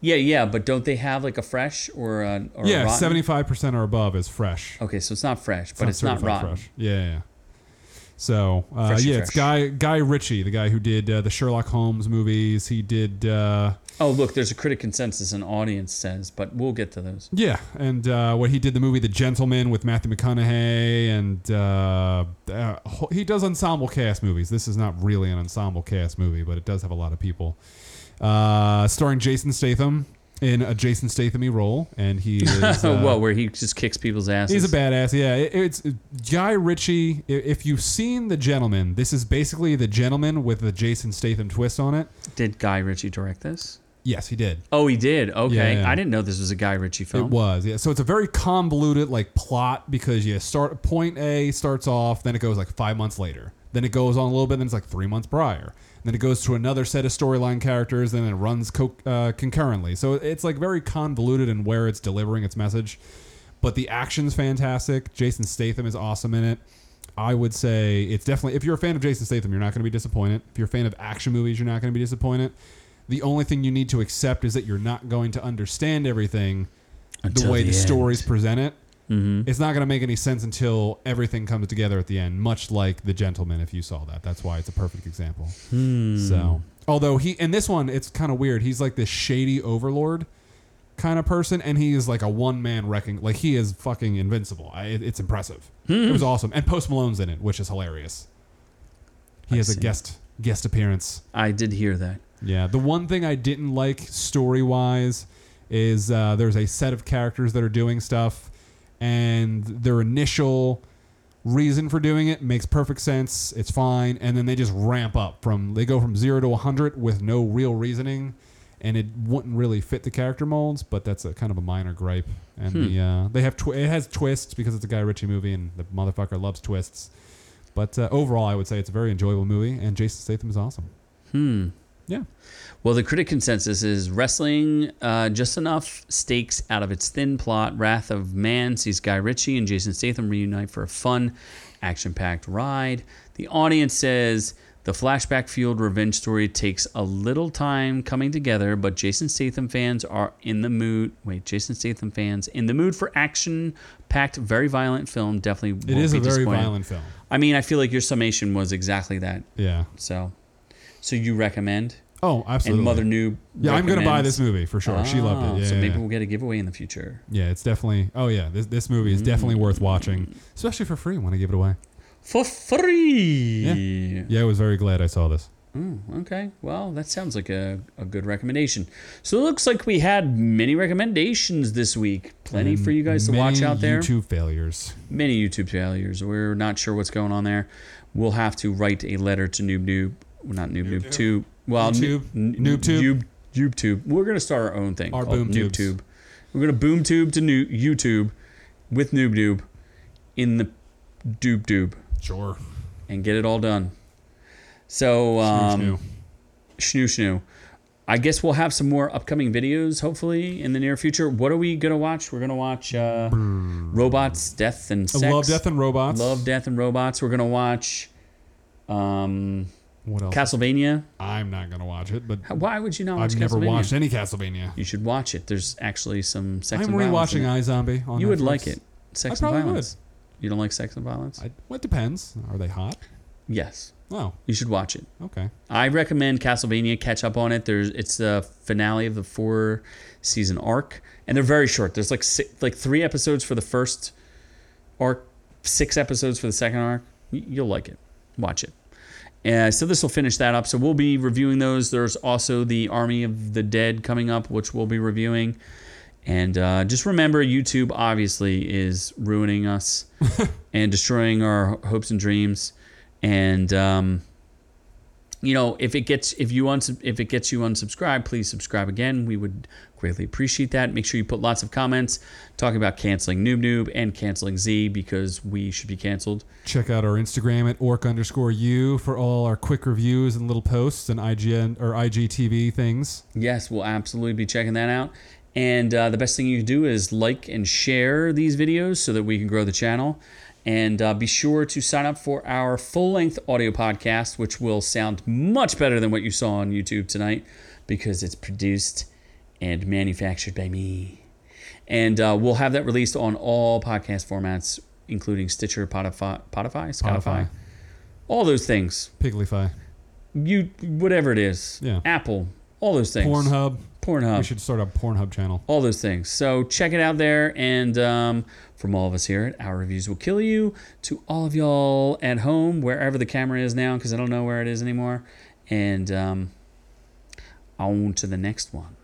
S1: yeah, yeah, but don't they have like a fresh or a. Or a
S2: yeah,
S1: rotten?
S2: 75% or above is fresh.
S1: Okay, so it's not fresh, but it's not
S2: certified
S1: rotten.
S2: Fresh. Yeah, yeah, yeah. So uh,
S1: Fresh is
S2: yeah, it's
S1: fresh.
S2: Guy Guy Ritchie, the guy who did uh, the Sherlock Holmes movies. He did uh,
S1: Oh, look, there's a critic consensus and audience says, but we'll get to those.
S2: yeah, and uh, what he did the movie The Gentleman with Matthew McConaughey, and uh, uh, ho- he does ensemble cast movies. This is not really an ensemble cast movie, but it does have a lot of people. Uh, starring Jason Statham in a Jason Statham-y role, and he is
S1: So,
S2: uh,
S1: well, Oh, where he just kicks people's asses.
S2: He's a badass. Yeah, It- it's Guy Ritchie. i- If you've seen The Gentleman, this is basically The Gentleman with the Jason Statham twist on it.
S1: Did Guy Ritchie direct this?
S2: Yes, he did.
S1: Oh, he did. Okay,
S2: Yeah.
S1: I didn't know this was a Guy Ritchie film.
S2: It was yeah. So it's a very convoluted like plot because you start point A starts off, then it goes like five months later, then it goes on a little bit, then it's like three months prior, then it goes to another set of storyline characters, then it runs co- uh, concurrently. So it's like very convoluted in where it's delivering its message, but the action's fantastic. Jason Statham is awesome in it. I would say it's definitely if you're a fan of Jason Statham, you're not going to be disappointed. If you're a fan of action movies, you're not going to be disappointed. The only thing you need to accept is that you're not going to understand everything the
S1: Until
S2: way
S1: the
S2: the,
S1: end. Mm-hmm.
S2: stories present it. It's not going to make any sense until everything comes together at the end, much like The Gentleman, if you saw that. That's why it's a perfect example.
S1: Hmm.
S2: So, although he, in this one, it's kind of weird. He's like this shady overlord kind of person, and he is like a one man wrecking. Like, he is fucking invincible. I, it- it's impressive. It
S1: Hmm.
S2: was awesome. And Post Malone's in it, which is hilarious. He has
S1: see.
S2: a guest guest appearance.
S1: I did hear that.
S2: Yeah, the one thing I didn't like story wise is uh, there's a set of characters that are doing stuff, and their initial reason for doing it makes perfect sense. It's fine, and then they just ramp up from they go from zero to hundred with no real reasoning, and it wouldn't really fit the character molds. But that's a kind of a minor gripe. And the uh, they have twi- it has twists because it's a Guy Ritchie movie, and the motherfucker loves twists. But uh, overall, I would say it's a very enjoyable movie, and Jason Statham is awesome. Hmm. Yeah.
S1: Well, the critic consensus is wrestling uh, just enough stakes out of its thin plot. Wrath of Man sees Guy Ritchie and Jason Statham reunite for a fun, action packed ride. The audience says The flashback fueled revenge story takes a little time coming together, but Jason Statham fans are in the mood. Wait, Jason Statham fans in the mood for action packed, very violent film. Definitely,
S2: It
S1: won't
S2: is
S1: be
S2: a very
S1: disappointed.
S2: violent film.
S1: I mean, I feel like your summation was exactly that.
S2: Yeah.
S1: So, so you recommend
S2: Oh, absolutely.
S1: and Mother New?
S2: Yeah, I'm gonna buy this
S1: recommends-
S2: movie for sure. she loved
S1: Ah,
S2: it. Yeah,
S1: so
S2: yeah,
S1: maybe
S2: yeah.
S1: we'll get a giveaway in the future.
S2: Yeah, it's definitely. Oh yeah, this this movie is definitely
S1: Mm.
S2: worth watching, especially for free. When I give it away.
S1: For free. Hmm,
S2: Yeah, I was very glad I saw this.
S1: Okay, well, that sounds like a, a good recommendation. So it looks like we had many recommendations this week. Plenty for you guys to watch
S2: Mm, Many
S1: out there.
S2: YouTube failures.
S1: Many YouTube failures. We're not sure what's going on there. We'll have to write a letter to Noob Noob. well, Not Noob Noob. To, well,
S2: YouTube.
S1: N-
S2: Noob Tube.
S1: Noob Tube. We're going to start our own thing.
S2: Our
S1: called
S2: boom
S1: Noob
S2: tubes.
S1: Tube. We're going to boom tube to new YouTube with Noob Noob in the Doob Doob
S2: Sure.
S1: and get it all done. So, um, Schnoo Schnoo. I guess we'll have some more upcoming videos, hopefully, in the near future. What are we going to watch? We're going to watch uh, Robots, Death, and Sex.
S2: Hmm. I love Death and Robots.
S1: Love, Death, and Robots. We're going to watch um,
S2: What else?
S1: Castlevania.
S2: I'm not gonna watch it, but
S1: How- Why would you not watch
S2: I've
S1: Castlevania?
S2: never watched any Castlevania.
S1: You should watch it. There's actually some sex
S2: I'm
S1: and violence. in
S2: rewatching
S1: it.
S2: iZombie. On
S1: You would
S2: Netflix.
S1: like it. Sex
S2: I
S1: and
S2: probably
S1: violence. You don't like sex and violence?
S2: I, well, it depends. Are they hot?
S1: yes.
S2: Oh,
S1: You should watch it.
S2: okay.
S1: I recommend Castlevania. Catch up on it. There's it's the finale of the four season arc, and they're very short. There's like si like three episodes for the first arc, six episodes for the second arc. Y- You'll like it. Watch it. Uh, so this will finish that up. So we'll be reviewing those. There's also the Army of the Dead coming up, which we'll be reviewing. And uh, just remember, YouTube obviously is ruining us and destroying our hopes and dreams. And um, you know, if it gets if you unsub, if it gets you unsubscribed, please subscribe again. We would greatly appreciate that. Make sure you put lots of comments talking about canceling Noob Noob and canceling Z because we should be canceled.
S2: Check out our Instagram at orc underscore u for all our quick reviews and little posts and IGN or IGTV things.
S1: Yes, we'll absolutely be checking that out. And uh, the best thing you can do is like and share these videos so that we can grow the channel. And uh, be sure to sign up for our full length audio podcast, which will sound much better than what you saw on YouTube tonight because it's produced and manufactured by me. And uh, we'll have that released on all podcast formats, including Stitcher, Podify, Podify, Spotify,
S2: Spotify.
S1: all those things.
S2: Piglify,
S1: You, whatever it is,
S2: Yeah.
S1: Apple, all those things.
S2: Pornhub.
S1: Pornhub
S2: We should start a Pornhub channel.
S1: all those things. So check it out there. And um, from all of us here at Our Reviews Will Kill You to all of y'all at home, wherever the camera is now, because I don't know where it is anymore. And um, on to the next one.